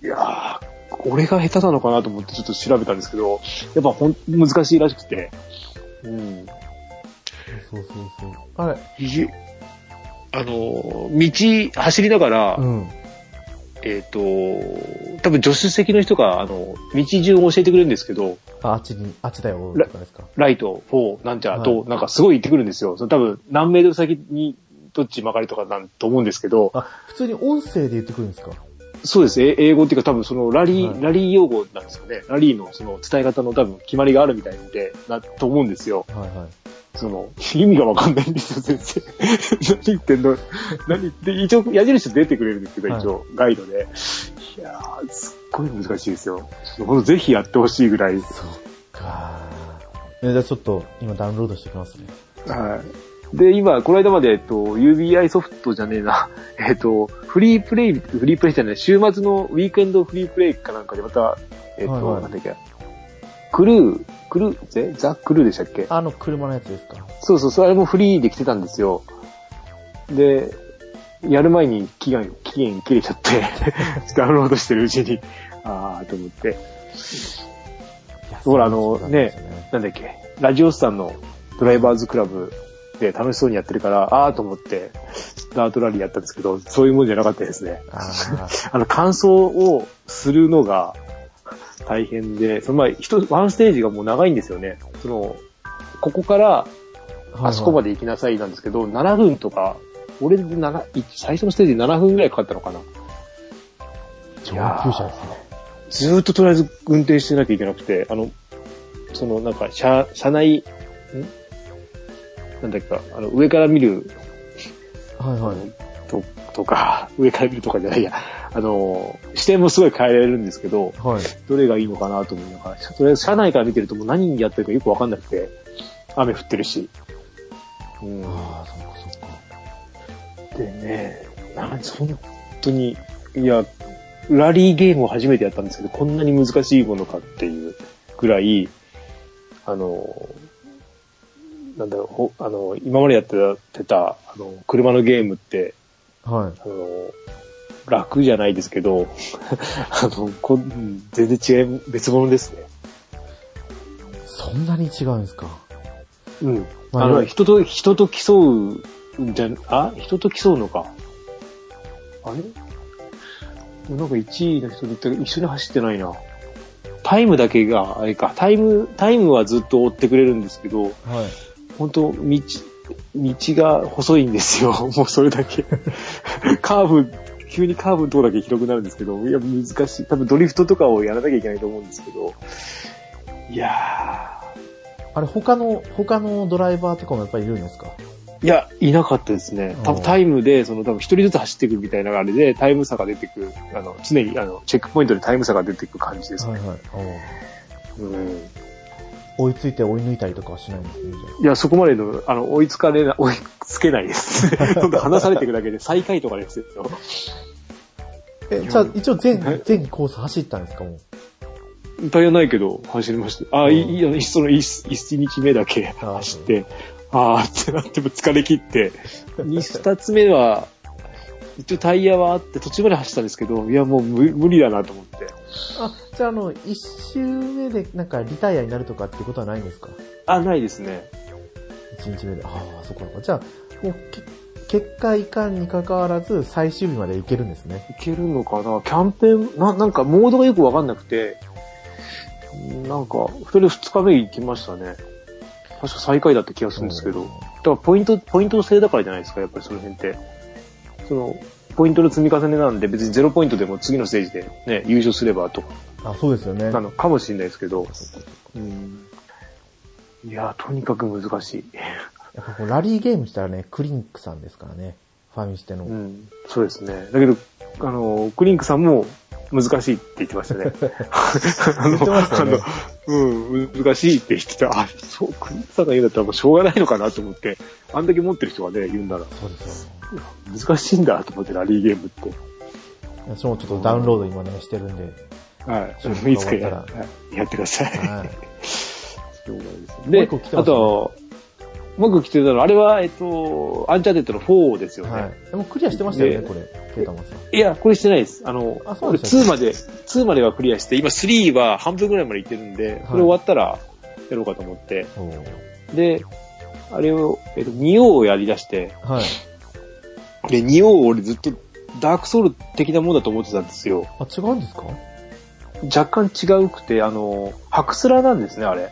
S2: いやー、俺が下手なのかなと思ってちょっと調べたんですけど、やっぱほん、難しいらしくて、うん。
S1: そうそうそう。あれ、
S2: ひあの、道走りながら、
S1: うん。
S2: えっ、と、多分助手席の人が、あの、道順を教えてくれるんですけど、
S1: あ、あっちに、あっちだよ、とかですか。
S2: ライト、フォー、なんちゃらと、
S1: は
S2: なんかすごい言ってくるんですよ。その多分、何メートル先に、どっち曲がりとかなんと思うんですけど、
S1: あ、普通に音声で言ってくるんですか
S2: そうです。え英語っていうか多分そのラリー、
S1: はい
S2: ラリー用語なんですかね。ラリーのその伝え方の多分決まりがあるみたいので、な、と思うんですよ。
S1: はいはい。
S2: その、意味がわかんないんですよ、先生。 何言ってんの何言って、一応矢印出てくれるんですけど、
S1: はい
S2: 一応ガイドで。いやー、すっごい難しいですよ。ちょっとほんとぜひやってほしいぐらい。
S1: そっかーえじゃあちょっと、今ダウンロードしてきますね。
S2: はい。で、今、この間まで、えっと、UBI ソフトじゃねえな、 えっと、フリープレイ、フリープレイじゃない、週末のウィークエンドフリープレイかなんかで、また、えっと、
S1: はいはい
S2: なんだっけ、クルー、クルー、えザ・クルーでしたっけ
S1: あの、車のやつですか。
S2: そうそう、それもフリーで来てたんですよ。で、やる前に期限、期限切れちゃって、 ダウンロードしてるうちに、あーと思って、
S1: いや
S2: ほらあの
S1: そうなんですよね。
S2: なんだっけ、ラジオスさんのドライバーズクラブで楽しそうにやってるから、あーと思って、ダートラリーやったんですけど、そういうもんじゃなかったですね。
S1: あー
S2: あの、感想をするのが大変で、その前、一つ、ワンステージがもう長いんですよね。その、ここから
S1: はいはい
S2: あそこまで行きなさいなんですけど、7分とか、俺で7、い最初のステージ7分ぐらいかかったのかな。
S1: 上級者ですね。
S2: ずーっととりあえず運転してなきゃいけなくて、あの、そのなんか、車、車内、んなんだっけか、あの、上から見る
S1: はいはい。
S2: ととか、 上から見るとかじゃないや、あの、視点もすごい変えられるんですけど、
S1: はい。
S2: どれがいいのかなと思いながら、とりあえず車内から見てるともう何やってるかよくわかんなくて、雨降ってるし。うん。
S1: ああ、そっかそっか。
S2: でね、なん本当に、いや、ラリーゲームを初めてやったんですけど、こんなに難しいものかっていうぐらい、あの、なんだろうほ、あの、今までやってた、やってたあの、車のゲームって、
S1: はい。
S2: あの、楽じゃないですけど、 あの、こん全然違い、別物ですね。
S1: そんなに違うんですか。
S2: うん。
S1: まあ
S2: あ
S1: 要
S2: の、
S1: は
S2: 人と、人と競うんじゃ、あ人と競うのか。あれなんか1位の人で言ったけど、一緒に走ってないな。タイムだけが、あれか、タイム、タイムはずっと追ってくれるんですけど、
S1: はい。
S2: 本当道、道が細いんですよ。 もうそれだけ。カーブ、急にカーブのとこだけ広くなるんですけど、いや、難しい。多分ドリフトとかをやらなきゃいけないと思うんですけど、いや
S1: あれ、他の、他のドライバーとかもやっぱりいるんですか
S2: ー、いや、いなかったですね。多分
S1: おー
S2: タイムで、その多分一人ずつ走っていくみたいなあれで、タイム差が出てくる、あの、常に、あの、チェックポイントでタイム差が出てく感じです。
S1: はいはい。
S2: うん
S1: 追いついて追い抜いたりとかはしないんですね、じゃ
S2: いや、そこまでの、あの、追いつかれな、 追いつけないです。どんどん離されていくだけで、最下位とかですよ。
S1: あ。え、じゃあ一応全
S2: はい、
S1: 全コース走ったんですかもう。
S2: タイヤないけど走りました。あ、
S1: うん
S2: いいあの、その1、一日目だけ
S1: あ
S2: 走って、あーってなっても疲れ切って、に二つ目は、一応タイヤはあって途中まで走ったんですけど、いやもう無無理だなと思って。
S1: あ、じゃああの、一周目でなんかリタイアになるとかっていうことはないんですか
S2: あ、ないですね。
S1: 一日目で。ああ、そっかそっか。じゃあ、もうけ、結果いかんに関わらず最終日まで行けるんですね。
S2: いけるのかなキャンペーン、ななんかモードがよくわかんなくて、なんか、それ二日目行きましたね。確か最下位だった気がするんですけど。だからポイント、ポイント制だからじゃないですか、やっぱりその辺って。その、ポイントの積み重ねなんで、別にゼロポイントでも次のステージでね、優勝すればとか、
S1: あ、そうですよね。
S2: なのかもしれないですけど。うん。いやー、とにかく難しい。
S1: やっぱこうラリーゲームしたらね、クリンクさんですからね。ファミステの。
S2: うん。そうですね。だけど、あの、クリンクさんも難しいって言ってまし たね。あ
S1: 言ってましたよね
S2: あの、うん、難しいって言ってた。あ、そう、クリンクさんが言うんだったらもうしょうがないのかなと思って、あんだけ持ってる人がね、言うんなら、
S1: そうですよ。
S2: 難しいんだと思って、ラリーゲームって。
S1: 私もちょっとダウンロード今ね、してるんで。
S2: はい。いつかや
S1: 終わった
S2: やってください。
S1: はい。もう
S2: で
S1: 一個来、て
S2: あ
S1: ますね
S2: と、もう一個来てたの、あれは、えっと、アンチャーテッドの4ですよね。
S1: はい。でもクリアしてましたよ
S2: で
S1: ね、これ。ケイタマンさん。
S2: い、や、これしてないです。あの、
S1: あそ
S2: こ
S1: う
S2: れ
S1: ですよ
S2: 2
S1: ね
S2: まで、2まではクリアして、今3は半分ぐらいまでいってるんで、これ終わったらやろうかと思って。
S1: お
S2: で、あれを、えっと、2王をやり出して、
S1: はい。
S2: で、2王を俺ずっとダークソウル的なもんだと思ってたんですよ。
S1: あ、違うんですか
S2: 若干違うくて、あの、白スラなんですね、あれ。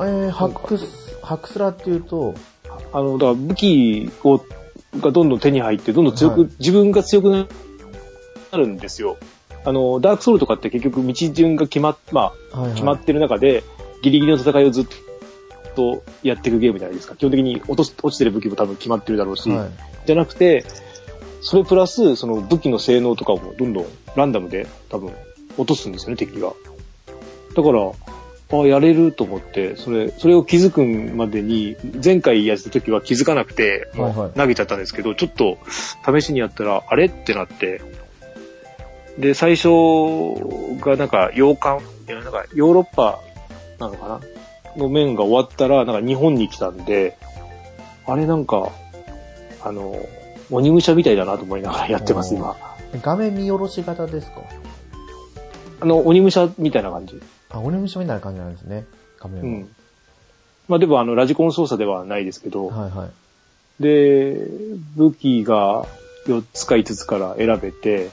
S1: えー、ハックス、ハックスラっていうと、
S2: あの、だから武器を、がどんどん手に入って、どんどん強く、
S1: はい
S2: 自分が強くなるんですよ。あの、ダークソウルとかって結局道順が決まっ、ま
S1: はい、はい。
S2: あ、決まってる中で、ギリギリの戦いをずっとやっていくゲームじゃないですか。基本的に落とす落ちてる武器も多分決まってるだろうし、
S1: はい。
S2: じゃなくて、それプラス、その武器の性能とかもどんどんランダムで多分落とすんですよね、敵が。だから、あやれると思って、それ、それを気づくまでに、前回やった時は気づかなくて、
S1: はいはい
S2: 投げちゃったんですけど、ちょっと試しにやったら、あれってなって、で、最初がなんか洋館、いやなんかヨーロッパなのかなの面が終わったら、なんか日本に来たんで、あれなんか、あの、鬼武者みたいだなと思いながらやってます、
S1: おー
S2: 今。
S1: 画面見下ろし型ですか
S2: あの、鬼武者みたいな感じ。
S1: あ、鬼虫みたいな感じなんですね。画面
S2: う
S1: は。
S2: ん。まあでも、あの、ラジコン操作ではないですけど、
S1: はいはい。
S2: で、武器が4つか5つから選べて、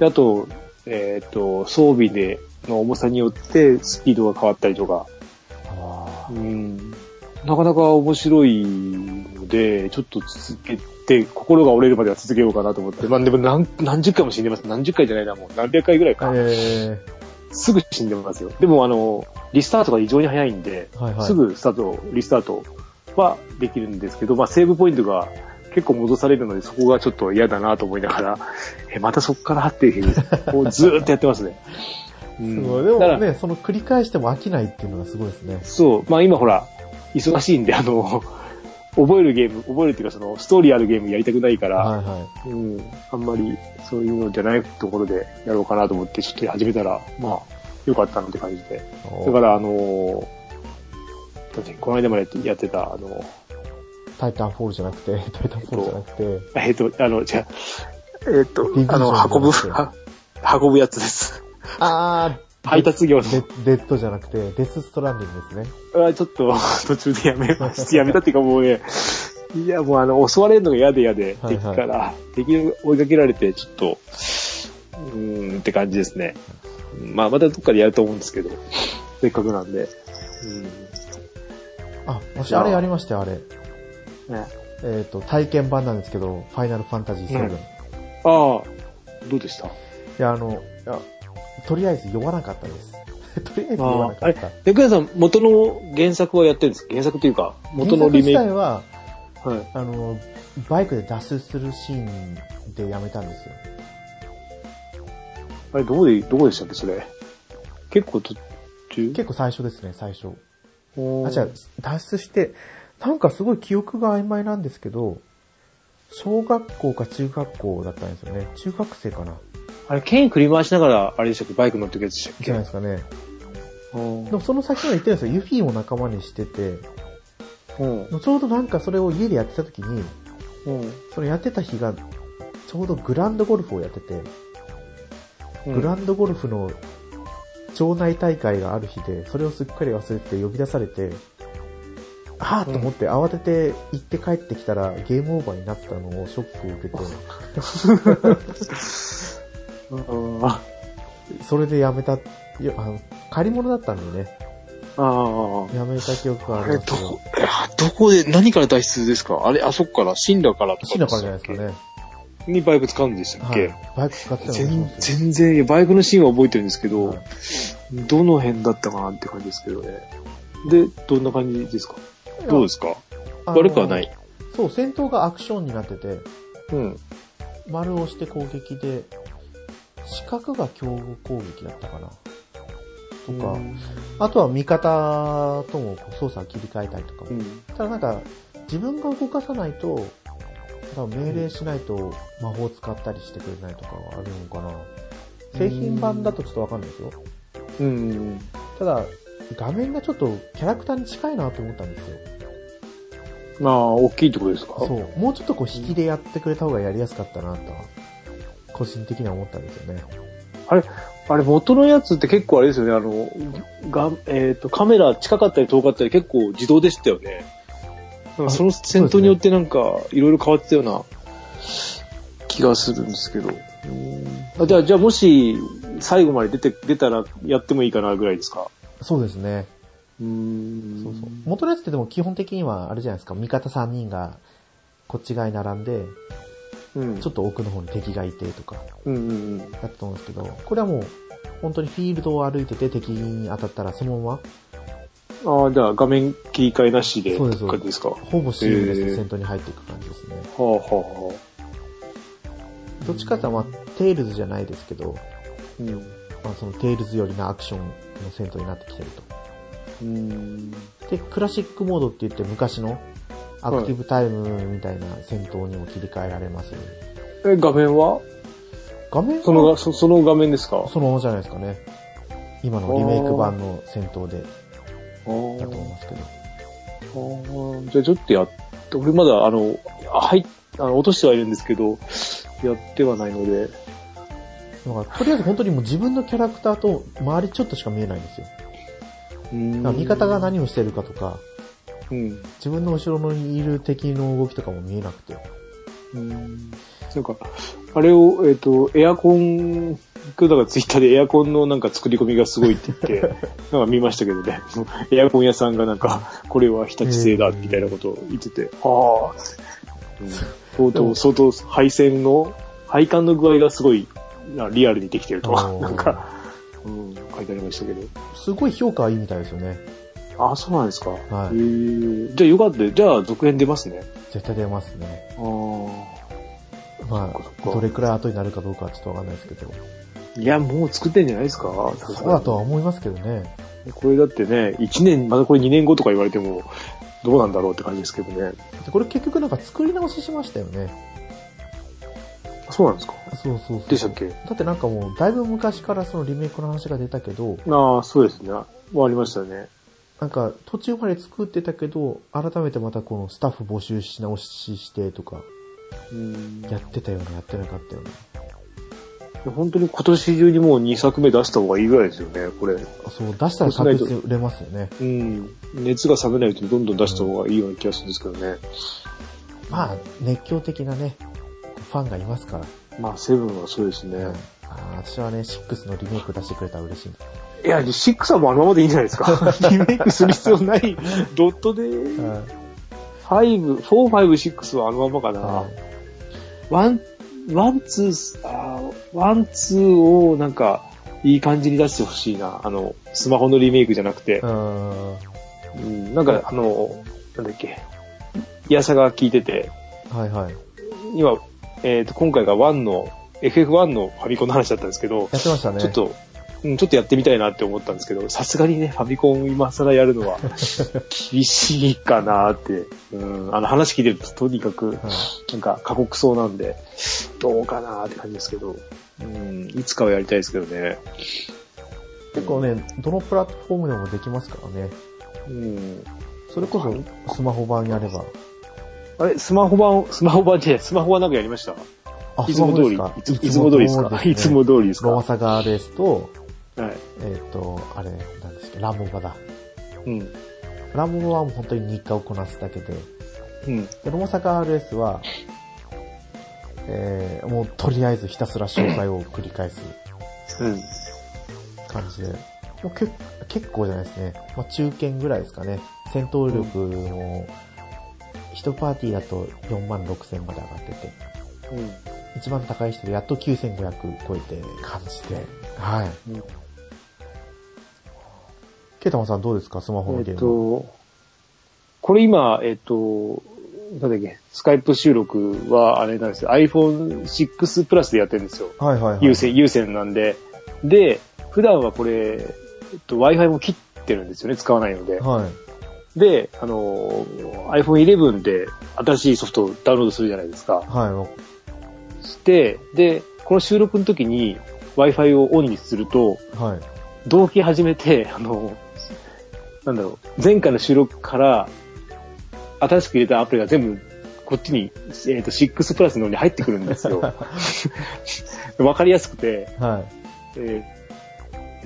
S2: で、あと、えっ、と、装備で、の重さによってスピードが変わったりとか、
S1: あ
S2: うん、なかなか面白いので、ちょっと続けて、心が折れるまでは続けようかなと思って、まあでも何何十回も死んでます。何十回じゃないな、もう何百回ぐらいか。
S1: あ。え
S2: すぐ死んでますよ。でもあの、リスタートが異常に早いんで、
S1: ー、はいはい。
S2: す。ぐスタート、リスタートはできるんですけど、まあ、セーブポイントが結構戻されるので、そこがちょっと嫌だなと思いながら、え、またそこからっていうこうずーっとやってますね。うん
S1: すごい。で
S2: だか
S1: も
S2: ら
S1: ね、その繰り返しても飽きないっていうのがすごいですね。
S2: そう、まあ今ほら、忙しいんで、あの、 覚えるゲーム、覚えるっていうかその、ストーリーあるゲームやりたくないから、
S1: はいはい。
S2: うん、あんまりそういうのじゃないところでやろうかなと思って、ちょっと始めたら、まあ、よかったなって感じで。だか
S1: お
S2: ら、あのーだってこの間までやってた、あの ー
S1: タイタンフォールじゃなくて、タイタンフォールじゃなくて、
S2: えっと、あの、じゃあえっと
S1: リンク
S2: あの、運ぶ、
S1: ションじゃな
S2: は 運ぶやつです。
S1: あ
S2: 配達業の。
S1: ー、デデッドじゃなくて、デスストランディングですね。
S2: あちょっと、 途中でやめま して、やめたっていうかもうね、いや、もうあの、襲われるのが嫌で嫌で、
S1: はい
S2: 敵
S1: は
S2: か
S1: い
S2: ら、敵を追いかけられて、ちょっと、うーんって感じですね。まあ、またどっかでやると思うんですけど、せっかくなんで。
S1: あ、私あれやりましたよ、あれ。
S2: うん。ね、
S1: えっ、と、体験版なんですけど、ファイナルファンタジー7。
S2: うん
S1: い
S2: ああ、どうでした
S1: や、あの、いや、とりあえず酔わなかったです。 とりあえず酔わなかった。
S2: で、クヤさん、元の原作はやってるんですか原作というか、元のリメイ
S1: 原作自体
S2: ク。
S1: は、
S2: はい
S1: あの、バイクで脱出するシーンでやめたんですよ。
S2: あれ、どこで、どこでしたっけ、それ。結構途中
S1: 結構最初ですね、最初。
S2: 構
S1: あ、じゃ脱出して、なんかすごい記憶が曖昧なんですけど、小学校か中学校だったんですよね。中学生かな
S2: あれ、剣振り回しながら、あれでしたっけ、バイク乗ってくやつでしたっ
S1: じ
S2: け
S1: ゃないですかね。
S2: うん
S1: でもその先まで行ってるんですよ。ユフィを仲間にしてて、
S2: うん。
S1: ちょうどなんかそれを家でやってた時に、
S2: うん。
S1: そのやってた日が、ちょうどグランドゴルフをやってて、グラ
S2: ン
S1: ンドゴルフの町内大会がある日で、それをすっかり忘れて呼び出されて、ああと思って慌てて行って帰ってきたらゲームオーバーになったのをショックを受けて、
S2: あ
S1: それでやめた、いや、あの、借り物だったんでね、
S2: あー。
S1: やめた記憶があ
S2: あ
S1: り
S2: れ、
S1: ます
S2: ど
S1: けど
S2: こ、、いやどこで、何から脱出ですかあれ、あそこから、シンラからとか。
S1: シナからじゃないですか。ね。
S2: にバイク使うんでしたっ
S1: は
S2: け、
S1: い。バイク使ってたの
S2: 全全然いや、バイクのシーンは覚えてるんですけど、
S1: はい
S2: どの辺だったかなって感じですけどね。で、どんな感じですかどうですか悪くはな。
S1: あ
S2: い。
S1: のそう、戦闘がアクションになってて、
S2: うん。
S1: 丸を押して攻撃で、四角が強豪攻撃だったかな。とか、
S2: うん
S1: あとは味方ともこう操作を切り替えたりとかも。
S2: うん。
S1: ただなんか、自分が動かさないと、多分命令しないと魔法使ったりしてくれないとかがあるのかな。製品版だとちょっとわかんないですよ。
S2: うん。
S1: ただ、画面がちょっとキャラクターに近いなと思ったんですよ。
S2: まあ、大きいってことですか
S1: そう。もうちょっとこう引きでやってくれた方がやりやすかったなとは、個人的には思ったんですよね。
S2: あれ、元のやつって結構あれですよね、あの、が、えっ、と、カメラ近かったり遠かったり結構自動でしたよね。なんかその戦闘によってなんか、いろいろ変わってたような気がするんですけど。うんあじゃあ、じゃあもし、最後まで出て、出たらやってもいいかなぐらいですか。
S1: そうですね。
S2: うーん。
S1: そうそう。元のやつってでも基本的にはあれじゃないですか、味方3人がこっち側に並んで、
S2: うん。
S1: ちょっと奥の方に敵がいてとか、
S2: うんうんうん。
S1: だったと思うんですけど、これはもう、本当にフィールドを歩いてて敵に当たったらそのま
S2: ああ、じゃあ画面切り替えなしで、
S1: そうですそうです
S2: 感じですか。は
S1: ま、ほぼシームレス
S2: へ
S1: に
S2: ー
S1: 戦闘に入っていく感じですね。
S2: あはあは
S1: どっちかっていうと、まあ、テイルズじゃないですけど、
S2: あ。うん。
S1: まあ、そのテイルズよりのアクションの戦闘になってきてる
S2: うん。
S1: と。で、クラシックモードって言って昔のアクティブタイムみたいな戦闘にも切り替えられます、
S2: え、画面は
S1: 画面は
S2: そのが、そその画面ですかあ
S1: そのままじゃないですかね。今のリメイク版の戦闘で
S2: あ
S1: だと思い
S2: ー。
S1: ますけど。
S2: ああじゃあちょっとやっ、俺まだあの、あはい、あの、落としてはいるんですけど、やってはないの
S1: だ
S2: で。
S1: からとりあえず本当にもう自分のキャラクターと周りちょっとしか見えないんですよ。
S2: うん
S1: だから味方が何をしてるかとか、
S2: うん。
S1: 自分の後ろにいる敵の動きとかも見えなくて。
S2: うん。なんか、あれを、えっ、と、エアコン、今日だからツイッターでエアコンのなんか作り込みがすごいって言って、 なんか見ましたけどね。 エアコン屋さんがなんか、これは日立製だ、みたいなことを言ってて、ああ、うん、相
S1: でも
S2: 当、相当配線の、配管の具合がすごい、なリアルにできてるとか、
S1: おー
S2: なんか、うん、書いてありましたけど。
S1: すごい評価はいいみたいですよね。
S2: ああ、そうなんですか。
S1: はい
S2: へえじゃあよかった。じゃあ続編出ますね。
S1: 絶対出ますね。
S2: ああ。
S1: ま
S2: そっか
S1: あ、
S2: そっか
S1: どれくらい後になるかどうかはちょっとわかんないですけど。
S2: いや、もう作ってんじゃないですか。
S1: そうだとは思いますけどね。
S2: これだってね、1年、またこれ2年後とか言われても、どうなんだろうって感じですけどね。
S1: でこれ結局なんか作り直ししましたよね。
S2: そうなんですか
S1: そうそうそう。
S2: でしたっけ
S1: だってなんかもう、だいぶ昔からそのリメイクの話が出たけど、
S2: ああ、そうですね。終わりましたね。
S1: なんか途中まで作ってたけど、改めてまたこのスタッフ募集し直ししてとか、
S2: うん。
S1: やってたような、やってなかったような。
S2: 本当に今年中にもう2作目出した方がいいぐらいですよね、これ。
S1: あそう、出したら確実に売れますよね。
S2: うん。熱が冷めないうちにどんどん出した方がいいような気がするんですけどね。
S1: まあ、熱狂的なね、ファンがいますから。
S2: まあ、セブンはそうですね。
S1: あー私はね、6のリメイク出してくれたら嬉しいな。
S2: いや、6はもうあのままでいいんじゃないですか。 リメイクする必要ない。ドットで、5、5、4、5、6はあのままかな。
S1: はい
S2: ワン、ワン、ツー、あーワン、ツーをなんか、いい感じに出してほしいな。あの、スマホのリメイクじゃなくて
S1: う、ん。は
S2: うんなんかあの、なんだっけ、イヤサが聞いてて、
S1: いはい。や
S2: 今、えっ、と、今回が1の、FF1 のファミコンの話だったんですけど、
S1: ってましたね。
S2: ちょっと、うん、ちょっとやってみたいなって思ったんですけど、さすがにね、ファミコン今更やる のは厳しいかなって、うん、あの話聞いてるととにかく、
S1: はい。
S2: なんか過酷そうなんで、どうかなーって感じですけど、うん、いつかはやりたいですけどね。
S1: 結構ね、どのプラットフォームでもできますからね。
S2: うん。
S1: それこそ、スマホ版やれば。
S2: あれ、スマホ版、スマホ版で、スマホ版なんかやりました
S1: あ
S2: いつも通り、いついつも通りですかいつも
S1: 通
S2: 通りです
S1: り。ロワ
S2: か
S1: サガーですと、
S2: はい。
S1: えっ、と、あれ、なんですけど、ランボバだ。
S2: うん。
S1: ランボバはもう本当に日課をこなすだけで、
S2: うん。
S1: で、ロモサカ RS は、えー、もうとりあえずひたすら紹介を繰り返す
S2: うん。
S1: 感じで、もうけ結構じゃないですね。まあ、中堅ぐらいですかね。戦闘力も、一パーティーだと4万6千まで上がってて、一番高い人でやっと9500超えて感じで、はい。
S2: うん。
S1: ケイタマさんどうですかスマホの
S2: え
S1: ゲー
S2: っ
S1: ム。
S2: と、これ今、えっと、なんだっけ、スカイプ収録はあれなんですよ。iPhone6 プラスでやってるんですよ。
S1: はいはいはい。
S2: 有線、有線なんで。で、普段はこれ、えっと、Wi-Fi も切ってるんですよね、使わないので。
S1: はい。
S2: で、あの、iPhone 11で新しいソフトをダウンロードするじゃないですか。
S1: はい。も
S2: して、で、この収録の時に Wi-Fi をオンにすると、
S1: うはい。
S2: 同期始めて、 あの、なんだろう、前回の収録から、新しく入れたアプリが全部、こっちに、えっ、と、6プラスの方に入ってくる んですよ。わかりやすくて、
S1: はい。
S2: えー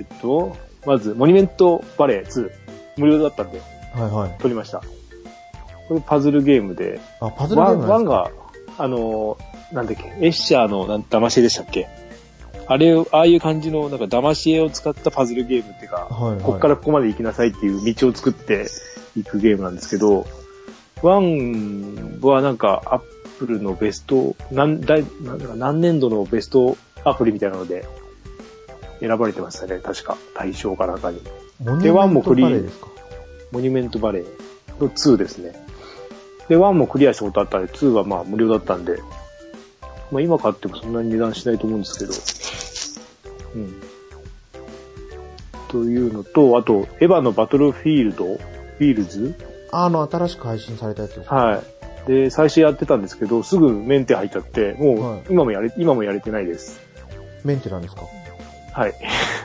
S2: えっと、まず、モニュメントバレー2。無料だったんで、
S1: はいはい。
S2: 撮りました。これパズルゲームで、
S1: あ、パズルゲ
S2: ワ
S1: ー
S2: ン
S1: ム
S2: ワ
S1: なん
S2: ン
S1: ですか
S2: が、あのー、なんだっけ、エッシャーのなん騙し絵でしたっけあれを、ああいう感じの、なんか、騙し絵を使ったパズルゲームっていうか、
S1: はいはい
S2: こっからここまで行きなさいっていう道を作っていくゲームなんですけど、ワンはなんか、アップルのベスト、何、だいなんだか何年度のベストアプリみたいなので、選ばれてましたね、確か。大賞かなんかに。
S1: モニ
S2: で
S1: ュメ
S2: ワン
S1: ン
S2: も
S1: ト
S2: フリー
S1: バレーですか
S2: モニュメントバレーの2ですね。で、1もクリアしたことあったんで、2はまあ無料だったんで、まあ今買ってもそんなに値段しないと思うんですけど、うん。というのと、あと、エヴァのバトルフィールド、フィールズ
S1: あの、新しく配信されたやつですか
S2: はい。で、最初やってたんですけど、すぐメンテ入っちゃって、
S1: は
S2: も
S1: いう
S2: 今もやれ、今もやれてないです。
S1: メンテなんですか
S2: はい。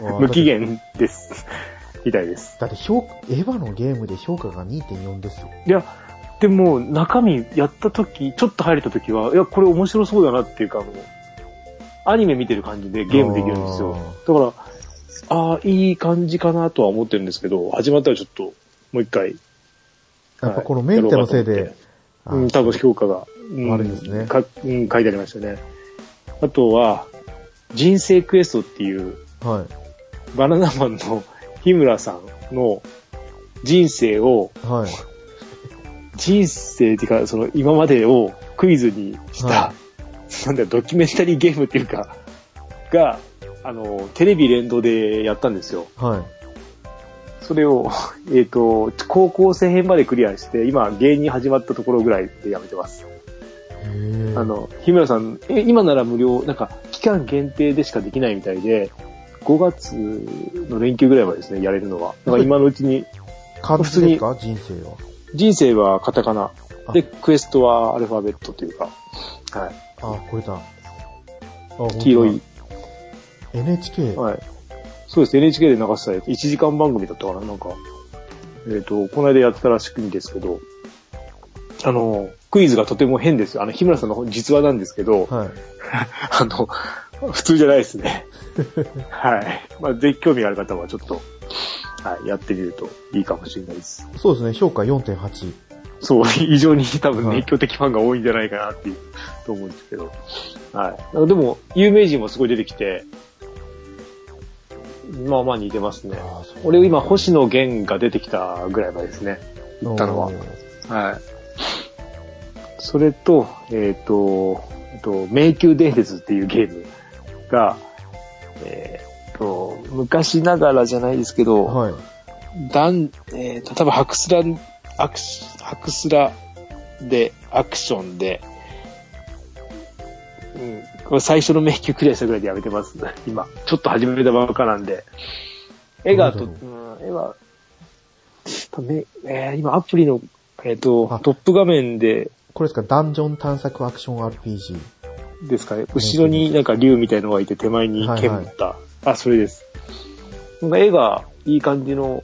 S1: あ
S2: 無期限です。 みたいです。
S1: だって評価、エヴァのゲームで評価が2.4ですよ。
S2: いや、でも中身やった時、ちょっと入れた時は、いや、これ面白そうだなっていうか、もう、アニメ見てる感じでゲームできるんですよ。だから、ああ、いい感じかなとは思ってるんですけど、始まったらちょっと、もう一回、
S1: やっぱこのメンテのせい
S2: やろう
S1: で
S2: か、うん、多分評価が、うん、
S1: あれですね
S2: かうん、書いてありましたね。あとは、人生クエストっていう、
S1: はい。
S2: バナナマンの日村さんの人生を、
S1: はい。
S2: 人生っていうか、その今までをクイズにした、
S1: は
S2: なんだよドキュメンタリーゲームっていうか、が、あの、テレビ連動でやったんですよ。
S1: はい。
S2: それを、 えっ、と、高校生編までクリアして、今、芸人始まったところぐらいでやめてます。
S1: へー
S2: あの、日村さん、え今なら無料、なんか、期間限定でしかできないみたいで、5月の連休ぐらいまでですね、やれるのは。だから今のうちに、
S1: 漢字ですか人生は。
S2: 人生はカタカナ。
S1: あ
S2: で、クエストはアルファベットというか、はい。
S1: あ、これだ。あ本当だ
S2: 黄色い。。
S1: NHK。
S2: はい。そうです。NHK で流したやつ、1時間番組だったかな、なんか。えっ、と、この間やってたらしくんですけど、あの、クイズがとても変ですよ。あの、日村さんの実話なんですけ ど、
S1: はい。
S2: あの、普通じゃないですね。はい。まあ、ぜひ興味がある方はちょっと、はい、やってみるといいかもしれないです。
S1: そうですね、評価4.8。
S2: そう、 異常に多分
S1: はい
S2: 熱狂的ファンが多いんじゃないかなっていう、と思うんですけど。はい。でも、有名人もすごい出てきて、まあまあ似てますね。
S1: あーそう
S2: 俺今、星野源が出てきたぐらいまでですね。行ったのは
S1: おー
S2: はい。それと、えっ、と、えっと、迷宮伝説っていうゲームが、えっ、と、昔ながらじゃないですけど、
S1: はい。
S2: だん、えー、例えばハクスラ、アクシハクスラで、アクションで、うん、これ最初の迷宮クリアしたぐらいでやめてます、今。ちょっと始めたばっかなんで。絵がと、う
S1: なんだ
S2: ん、絵は、多分えー今アプリの、えっ、と
S1: あ、
S2: トップ画面で、
S1: これですか、ダンジョン探索アクション RPG。
S2: ですかね、後ろになんか竜みたいのがいて手前に剣持った。あ、それです。なんか絵がいい感じの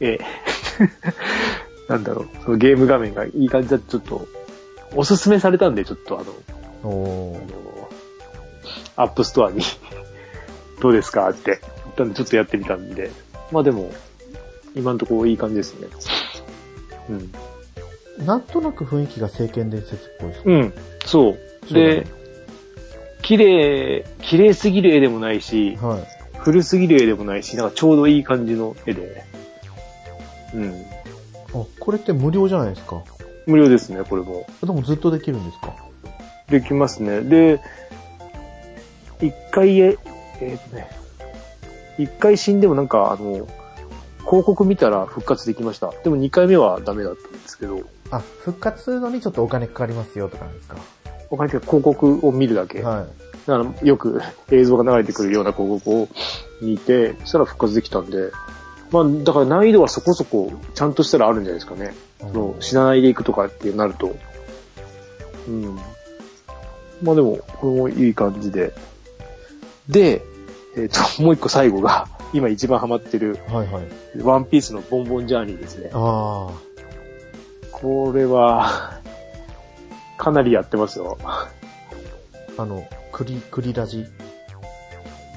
S2: 絵。 なんだろう、そのゲーム画面がいい感じだとちょっと、おすすめされたんで、ちょっとあの、
S1: お
S2: あ
S1: ー
S2: のアップストアに、 どうですかって言ったんで、ちょっとやってみたんで。まあでも、今のところいい感じですね。うん。
S1: なんとなく雰囲気が聖剣伝説っぽいです。
S2: うん、そう。で、綺麗、綺麗すぎる絵でもないし、
S1: はい。
S2: 古すぎる絵でもないし、なんかちょうどいい感じの絵で。うん。
S1: あ、これって無料じゃないですか。
S2: 無料ですね、これも。
S1: でもずっとできるんですか
S2: できますね。で、一回え、えーとね、一回死んでもなんか、あの、広告見たら復活できました。でも二回目はダメだったんですけど、
S1: あ、復活するのにちょっとお金かかりますよとかですか。
S2: お金か広告を見るだけ。
S1: はい。
S2: だからよく映像が流れてくるような広告を見て、そしたら復活できたんで、まあ、だから難易度はそこそこちゃんとしたらあるんじゃないですかね。
S1: うん
S2: その死なないでいくとかってなると。うん。まあでも、これもいい感じで。で、えっ、と、も う一個最後が、今一番ハマってる、
S1: はいはい。
S2: ワンピースのボンボンジャーニーですね。
S1: あ
S2: これは、かなりやってますよ。
S1: あ、あの、クリ、クリラジ。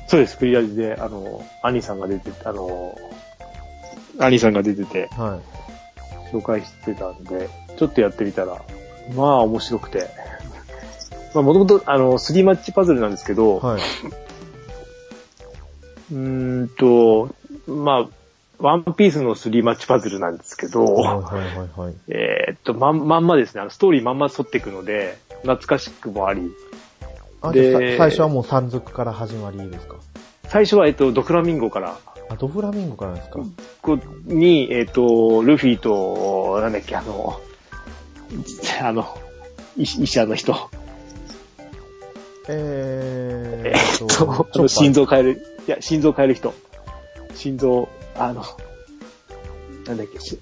S2: そうです、クリアジで、あの、アニさんが出て、あの、アニさんが出てて、
S1: は
S2: 紹介してたんで、ちょっとやってみたら、まあ面 白くて。まあもともと、あの、スリーマッチパズルなんですけど、
S1: い。はい。
S2: うーんと、まあ、ワンピースのスリーマッチパズルなんですけ
S1: はい
S2: ど、
S1: はいはいはい。
S2: えーっと、まん、まんまですね、あのストーリーまんま沿っていくので、懐かしくもあり、
S1: あ
S2: で
S1: じゃあさ最初はもう山賊から始まりですか
S2: 最初は、えっと、ドフラミンゴから、
S1: あ、ドフラミンゴからですか、
S2: ここに、えっと、ルフィと、なんだっけ、あの、あの、医医者の人、
S1: え
S2: え
S1: ー
S2: っと、あの心臓変える、いや、心臓変える人。心臓、あの、なんだっけ、し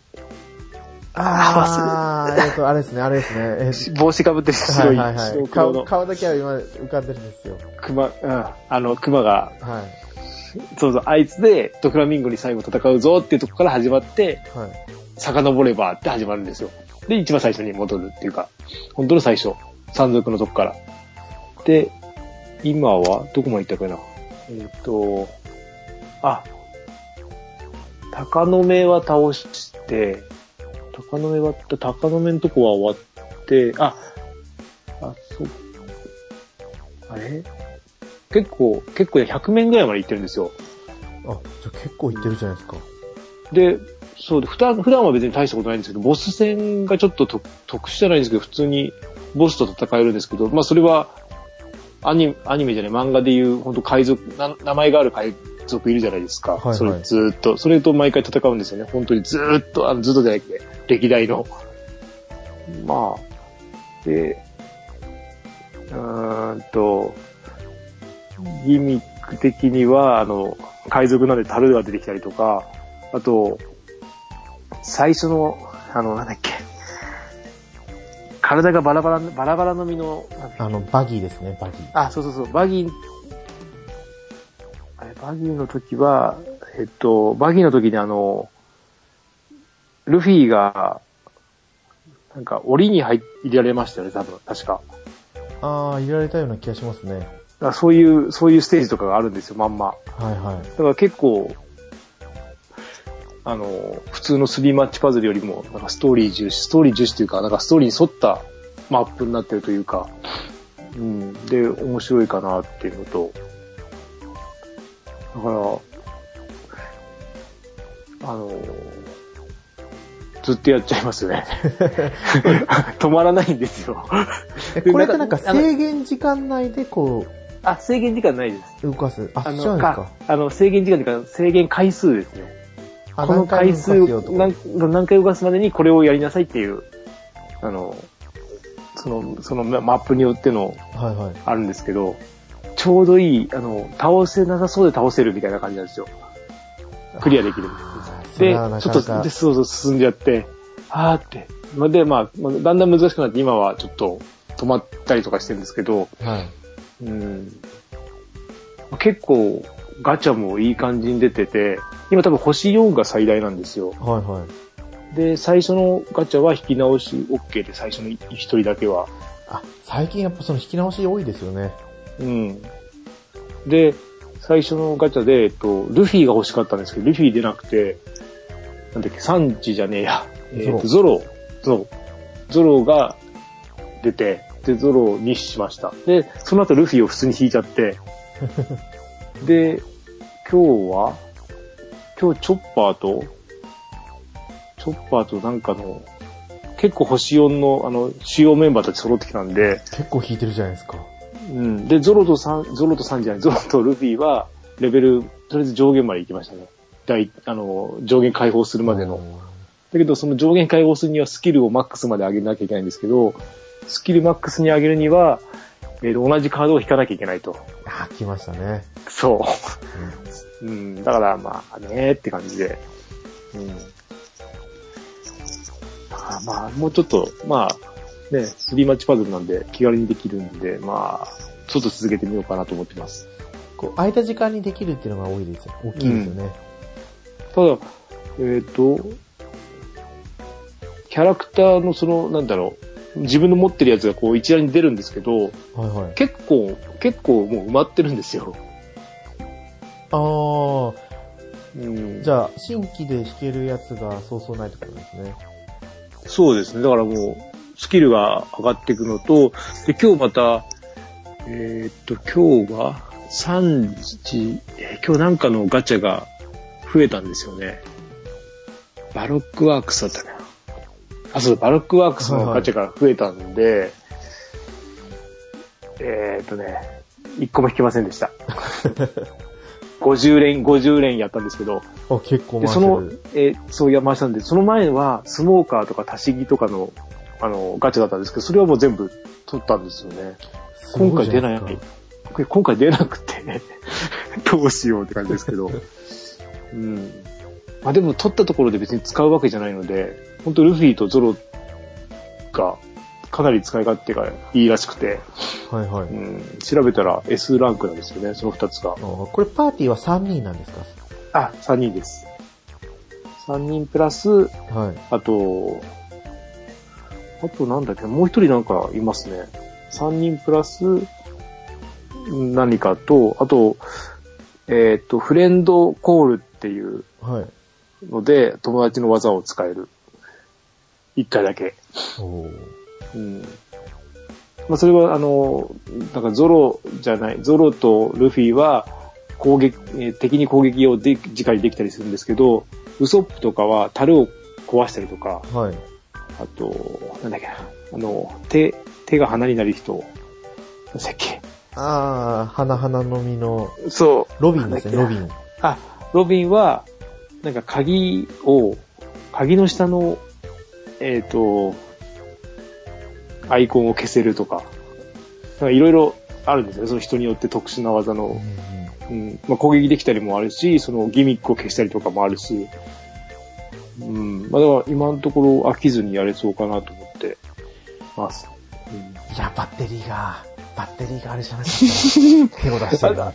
S1: ああ、えっと、あれですね、あれですね。えー
S2: 帽子かぶってる白
S1: はい
S2: い、
S1: はいは
S2: 白
S1: い。
S2: 黒の
S1: 顔、顔だけは今浮かんでるんですよ。
S2: 熊、うん、あの、熊が、
S1: はい。
S2: そうそう、あいつでドフラミンゴに最後戦うぞっていうとこから始まって、
S1: はい。
S2: 遡ればって始まるんですよ。で、一番最初に戻るっていうか、本当の最初。山賊のとこから。で、今は、どこまで行ったかなえっ、と、あ、鷹の目は倒して、鷹の目は、鷹の目のとこは終わって、あ、あ、そう。あれ結構、結構100面ぐらいまで行ってるんですよ。
S1: あ、じゃあ結構いってるじゃないですか。
S2: で、そうで、普段、普段は別に大したことないんですけど、ボス戦がちょっとと特殊じゃないんですけど、普通にボスと戦えるんですけど、まあそれは、アニアニメじゃない、漫画でいう、本当海賊な、名前がある海賊いるじゃないですか。
S1: いはい
S2: それずーっと、それと毎回戦うんですよね。本当にずーっと、あのずっとじゃなくて、歴代の。まあ、で、うーんと、ギミック的には、あの、海賊なんで樽が出てきたりとか、あと、最初の、あの、なんだっけ、体がバラバラ、バラバラの身の、なんだっけ
S1: あの、バギーですね、バギー。
S2: あ、そうそうそう、バギー、あれ、バギーの時は、えっと、バギーの時にあの、ルフィが、なんか、檻に入入れられましたよね、多分、確か。
S1: ああ、入れられたような気がしますね。
S2: だからそういう、そういうステージとかがあるんですよ、まんま。
S1: はいはい
S2: だ。から結構、あの、普通のスリーマッチパズルよりも、なんかストーリー重視、ストーリー重視というか、なんかストーリーに沿ったマップになってるというか、うん、で、面白いかなっていうのと、だから、あの、ずっとやっちゃいます ね。止まらないんですよ。
S1: え、これってなんか
S2: あの
S1: 制限時間内でこ
S2: あ、制限時間ないです。
S1: う、動かす。あ、
S2: あ
S1: 違うんです
S2: の、
S1: か
S2: か。あの制限時間というか、制限回数ですね。
S1: あ
S2: この回数
S1: 何回動かすよとか
S2: 何、何回動かすまでにこれをやりなさいっていう、あの、その、そのまマップによっての
S1: はいはい。
S2: あるんですけど、ちょうどいい、あの、倒せなさそうで倒せるみたいな感じなんですよ。クリアできる。
S1: あーそれ
S2: で
S1: はな、
S2: ちょっ
S1: かなか
S2: と、で、そうそう進んじゃって、あーって。まあで、まあ、まあだんだん難しくなって、今はちょっと止まったりとかしてるんですけど、
S1: はい。
S2: うん結構ガチャもいい感じに出てて、今多分星4が最大なんですよ。
S1: はいはい。
S2: で、最初のガチャは引き直し OK で、最初の1人だけは。
S1: あ、最近やっぱその引き直し多いですよね。
S2: うん。で、最初のガチャで、えっと、ルフィが欲しかったんですけど、ルフィ出なくて、なんだっけ、サンジじゃねえや。えっと、ゾロ、ゾロ、ゾロが出て、で、ゾロにしました。で、その後ルフィを普通に引いちゃ って、で、今日は、今日チョッパーと、チョッパーとなんかの、結構星4の、あの、主要メンバーたち揃ってきたんで、
S1: 結構引いてるじゃないですか。
S2: うん。で、ゾロとサン、ゾロとサンじゃない、ゾロとルビーは、レベル、とりあえず上限まで行きましたね。大、あの、上限解放するまでの。だけど、その上限解放するにはスキルをマックスまで上げなきゃいけないんですけど、スキルマックスに上げるには、えー同じカードを引かなきゃいけないと。
S1: あー、来ましたね。
S2: そ
S1: うん
S2: う。うん。だから、まあね、って感じで。うん。だからまあ、もうちょっと、まあ、ね、スリーマッチパズルなんで気軽にできるんで、まあ、ちょっと続けてみようかなと思ってます。
S1: こう、空いた時間にできるっていうのが多いですよ。大きいですよね。
S2: ただ、えっ、と、キャラクターのその、なんだろう、自分の持ってるやつがこう一覧に出るんですけど、
S1: はいはい。
S2: 結構、結構もう埋まってるんですよ。
S1: ああ、
S2: うん
S1: じゃあ、新規で弾けるやつがそうそうないってことですね。
S2: そうですね。だからもう、スキルが上がっていくのと、で、今日また、えーっと、今日が3時、えー今日なんかのガチャが増えたんですよね。バロックワークスだったかな。あ、そうだ、バロックワークスのガチャが増えたんで、えーっとね、1個も引きませんでした。50連、50連やったんですけど、
S1: あ、結構
S2: で、
S1: 回し
S2: そ
S1: て
S2: の
S1: る。、
S2: えーそういや、回したんで、その前は、スモーカーとかタシギとかの、あの、ガチャだったんですけど、それはもう全部取ったんですよね。
S1: す
S2: 今
S1: ご
S2: 回
S1: じ
S2: 出
S1: ゃ
S2: ない
S1: ですか
S2: 今回出なくて、 どうしようって感じですけど。うん。まあでも取ったところで別に使うわけじゃないので、本当ルフィとゾロがかなり使い勝手がいいらしくて、。
S1: はいはいう
S2: ん、調べたら S ランクなんですよね、その2つが。
S1: あこれパーティーは3人なんですか
S2: あ、3人です。3人プラス、
S1: はい。
S2: あと、あとなんだっけ、もう一人なんかいますね。三人プラスん何かと、あと、えっ、と、フレンドコールっていう
S1: はい。
S2: ので、友達の技を使える。一回だけ。
S1: おー
S2: うん。まあ、それは、あの、なんかゾロじゃない、ゾロとルフィは、攻撃、えー敵に攻撃をで、直にできたりするんですけど、ウソップとかは樽を壊したりとか、
S1: はい。
S2: あと、なんだっけな、あの、手、手が鼻になる人、なんだっけ。
S1: あー、花々の実の、
S2: そう。
S1: ロビンですね、
S2: な
S1: ロ
S2: んだっけ
S1: ビ
S2: な
S1: ン。
S2: あ、ロビンは、なんか鍵を、鍵の下の、えっ、と、アイコンを消せるとか、なんかいろいろあるんですよね。その人によって特殊な技の、うんまあ、攻撃できたりもあるし、そのギミックを消したりとかもあるし、うん、まあだから今のところ飽きずにやれそうかなと思ってます。うん
S1: いや、バッテリーが、バッテリーがあれじゃないですか。手 を出して るな。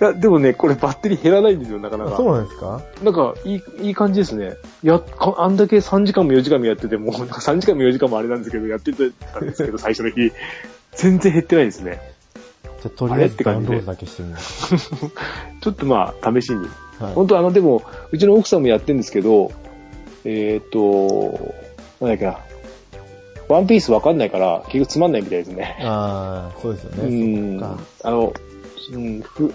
S2: いや、でもね、これバッテリー減らないんですよ、なかなか。
S1: そうなんですか
S2: なんか、いい、いい感じですね。や、かあんだけ3時間も4時間もやってても、なんか3時間も4時間もあれなんですけど、やってた んですけど、最初の日。全然減ってないですね。
S1: じゃあ、とりあえ
S2: あれっ
S1: ず
S2: て
S1: ダウ
S2: 感
S1: ン
S2: じ
S1: ロ
S2: で
S1: ードだけしてみよう。
S2: ちょっとまあ、試しに。
S1: はい
S2: 本当あの、でも、うちの奥さんもやってるんですけど、えっ、と、なんだっけな。ワンピースわかんないから、結局つまんないみたいですね。
S1: あー、そうですよ
S2: う
S1: ね。
S2: ん
S1: そっか。
S2: あの、うん、ふ、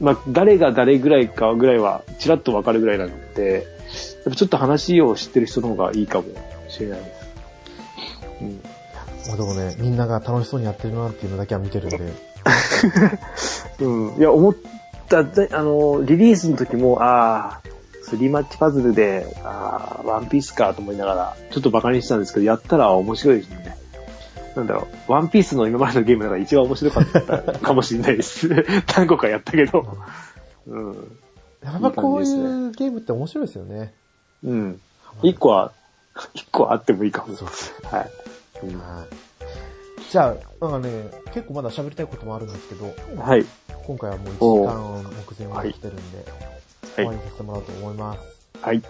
S2: まあ、誰が誰ぐらいかぐらいは、ちらっとわかるぐらいなので、やっぱちょっと話を知ってる人の方がいいかもしれないです。うん。
S1: まあでもね、みんなが楽しそうにやってるなっていうのだけは見てるんで。
S2: うん。いや、思った、ぜあの、リリースの時も、ああ、スリーマッチパズルで、ああ、ワンピースかと思いながら、ちょっとバカにしてたんですけど、やったら面白いですね。なんだろう、ワンピースの今までのゲームの中で一番面白かったかもしれないです。 何個かやったけど。うん。
S1: やっぱこうい
S2: いい感
S1: うゲームって面白いですよね。
S2: うん。一個は、 一個はあってもいいかも。
S1: そう
S2: はい。うん
S1: はいじゃあ、なんかね、結構まだ喋りたいこともあるんですけど、
S2: はい。
S1: 今回はもう1時間目前まで来てるんで、終
S2: は
S1: わ
S2: い
S1: り。にさせてもらおうと思います。
S2: はい。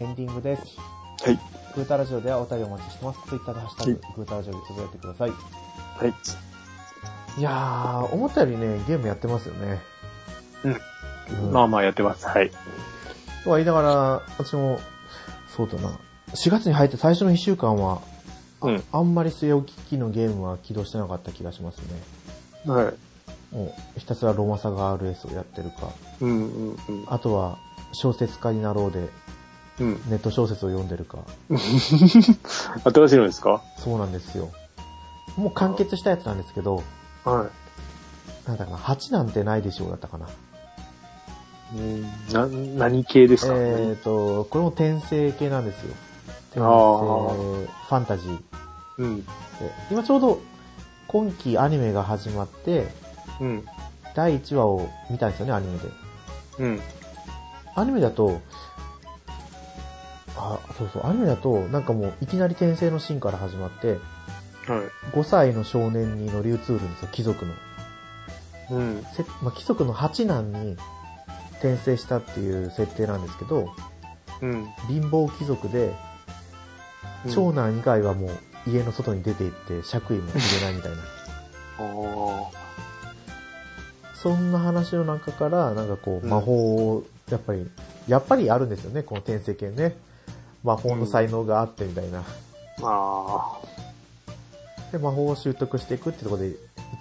S1: エンディングです。
S2: はい。
S1: グータラジオではお便りお待ちしてます。ツイッターでハッシュタグ
S2: はい、
S1: グータラジオでつぶやいてください。
S2: はい。
S1: いやー、思ったよりね、ゲームやってますよね。うん
S2: まあまあやってます。はい。
S1: とは言いながら、私も、そうだな。4月に入って最初の1週間は、
S2: うん。
S1: あんまり据え置き機のゲームは起動してなかった気がしますね。
S2: はい。
S1: もう、ひたすらロマサガ RS をやってるか。
S2: うんうんうん。
S1: あとは、小説家になろうで、
S2: うん。
S1: ネット小説を読んでるか。
S2: 新しいのですか
S1: そうなんですよ。もう完結したやつなんですけど、
S2: は
S1: なんだかな、8なんてないでしょうだったかな。
S2: い。うん、な、何系ですか、
S1: えっ、と、これも転生系なんですよ。転生、
S2: あ
S1: フ
S2: ー
S1: ァンタジーで。
S2: うん。
S1: 今ちょうど、今期アニメが始まって、
S2: うん。
S1: 第1話を見たんですよね、アニメで。
S2: うん。
S1: アニメだと、あ、そうそう、アニメだと、なんかもう、いきなり転生のシーンから始まって、
S2: はい。
S1: 5歳の少年に乗り移るんですよ、貴族の。
S2: うん。
S1: せまあ貴族の八男に、転生したっていう設定なんですけど、
S2: うん。
S1: 貧乏貴族で、
S2: うん
S1: 長男以外はもう家の外に出て行って、爵位も入れないみたいな。
S2: あ
S1: そんな話の中から、なんかこう、
S2: うん
S1: 魔法を、やっぱり、やっぱりあるんですよね、この転生系ね。魔法の才能があってみたいな。
S2: あ。ああ。
S1: で、魔法を習得していくってところで、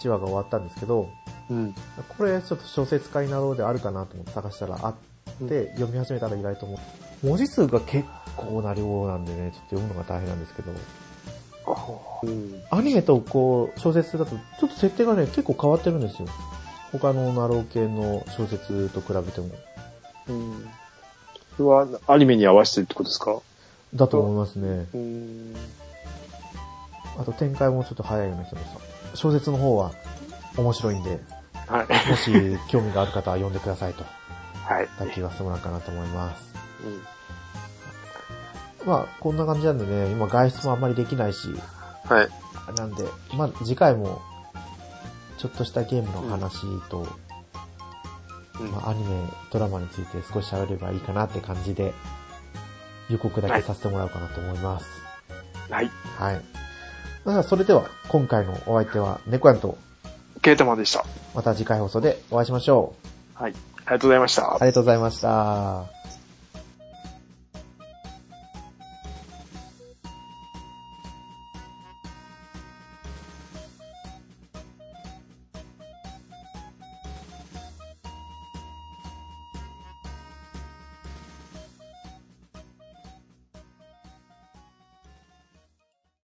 S1: 1話が終わったんですけど、
S2: うん。
S1: これちょっと小説家になろうであるかなと思って探したらあって、読み始めたら意外ともう、文字数が結構な量なんでね、ちょっと読むのが大変なんですけど、
S2: うん。
S1: アニメとこう、小説だと、ちょっと設定がね、結構変わってるんですよ。他のナロー系の小説と比べても。
S2: うん。それはアニメに合わせてるってことですか
S1: だと思いますね。
S2: うん。
S1: あと展開もちょっと早いような気がした。小説の方は面白いんで、
S2: はい。
S1: もし興味がある方は読んでくださいと、
S2: はい。
S1: だけが済むのかなと思います。
S2: うん。
S1: まあ、こんな感じなんでね、今外出もあんまりできないし、
S2: はい。
S1: なんで、まあ次回も、ちょっとしたゲームの話と、
S2: うん
S1: まあアニメ、ドラマについて少し喋ればいいかなって感じで、予告だけさせてもらおうかなと思います。
S2: はい。
S1: はい。それではそれでは、今回のお相手は、猫やんと、
S2: ケータマンでした。
S1: また次回放送でお会いしましょう。
S2: はい。ありがとうございました。
S1: ありがとうございました。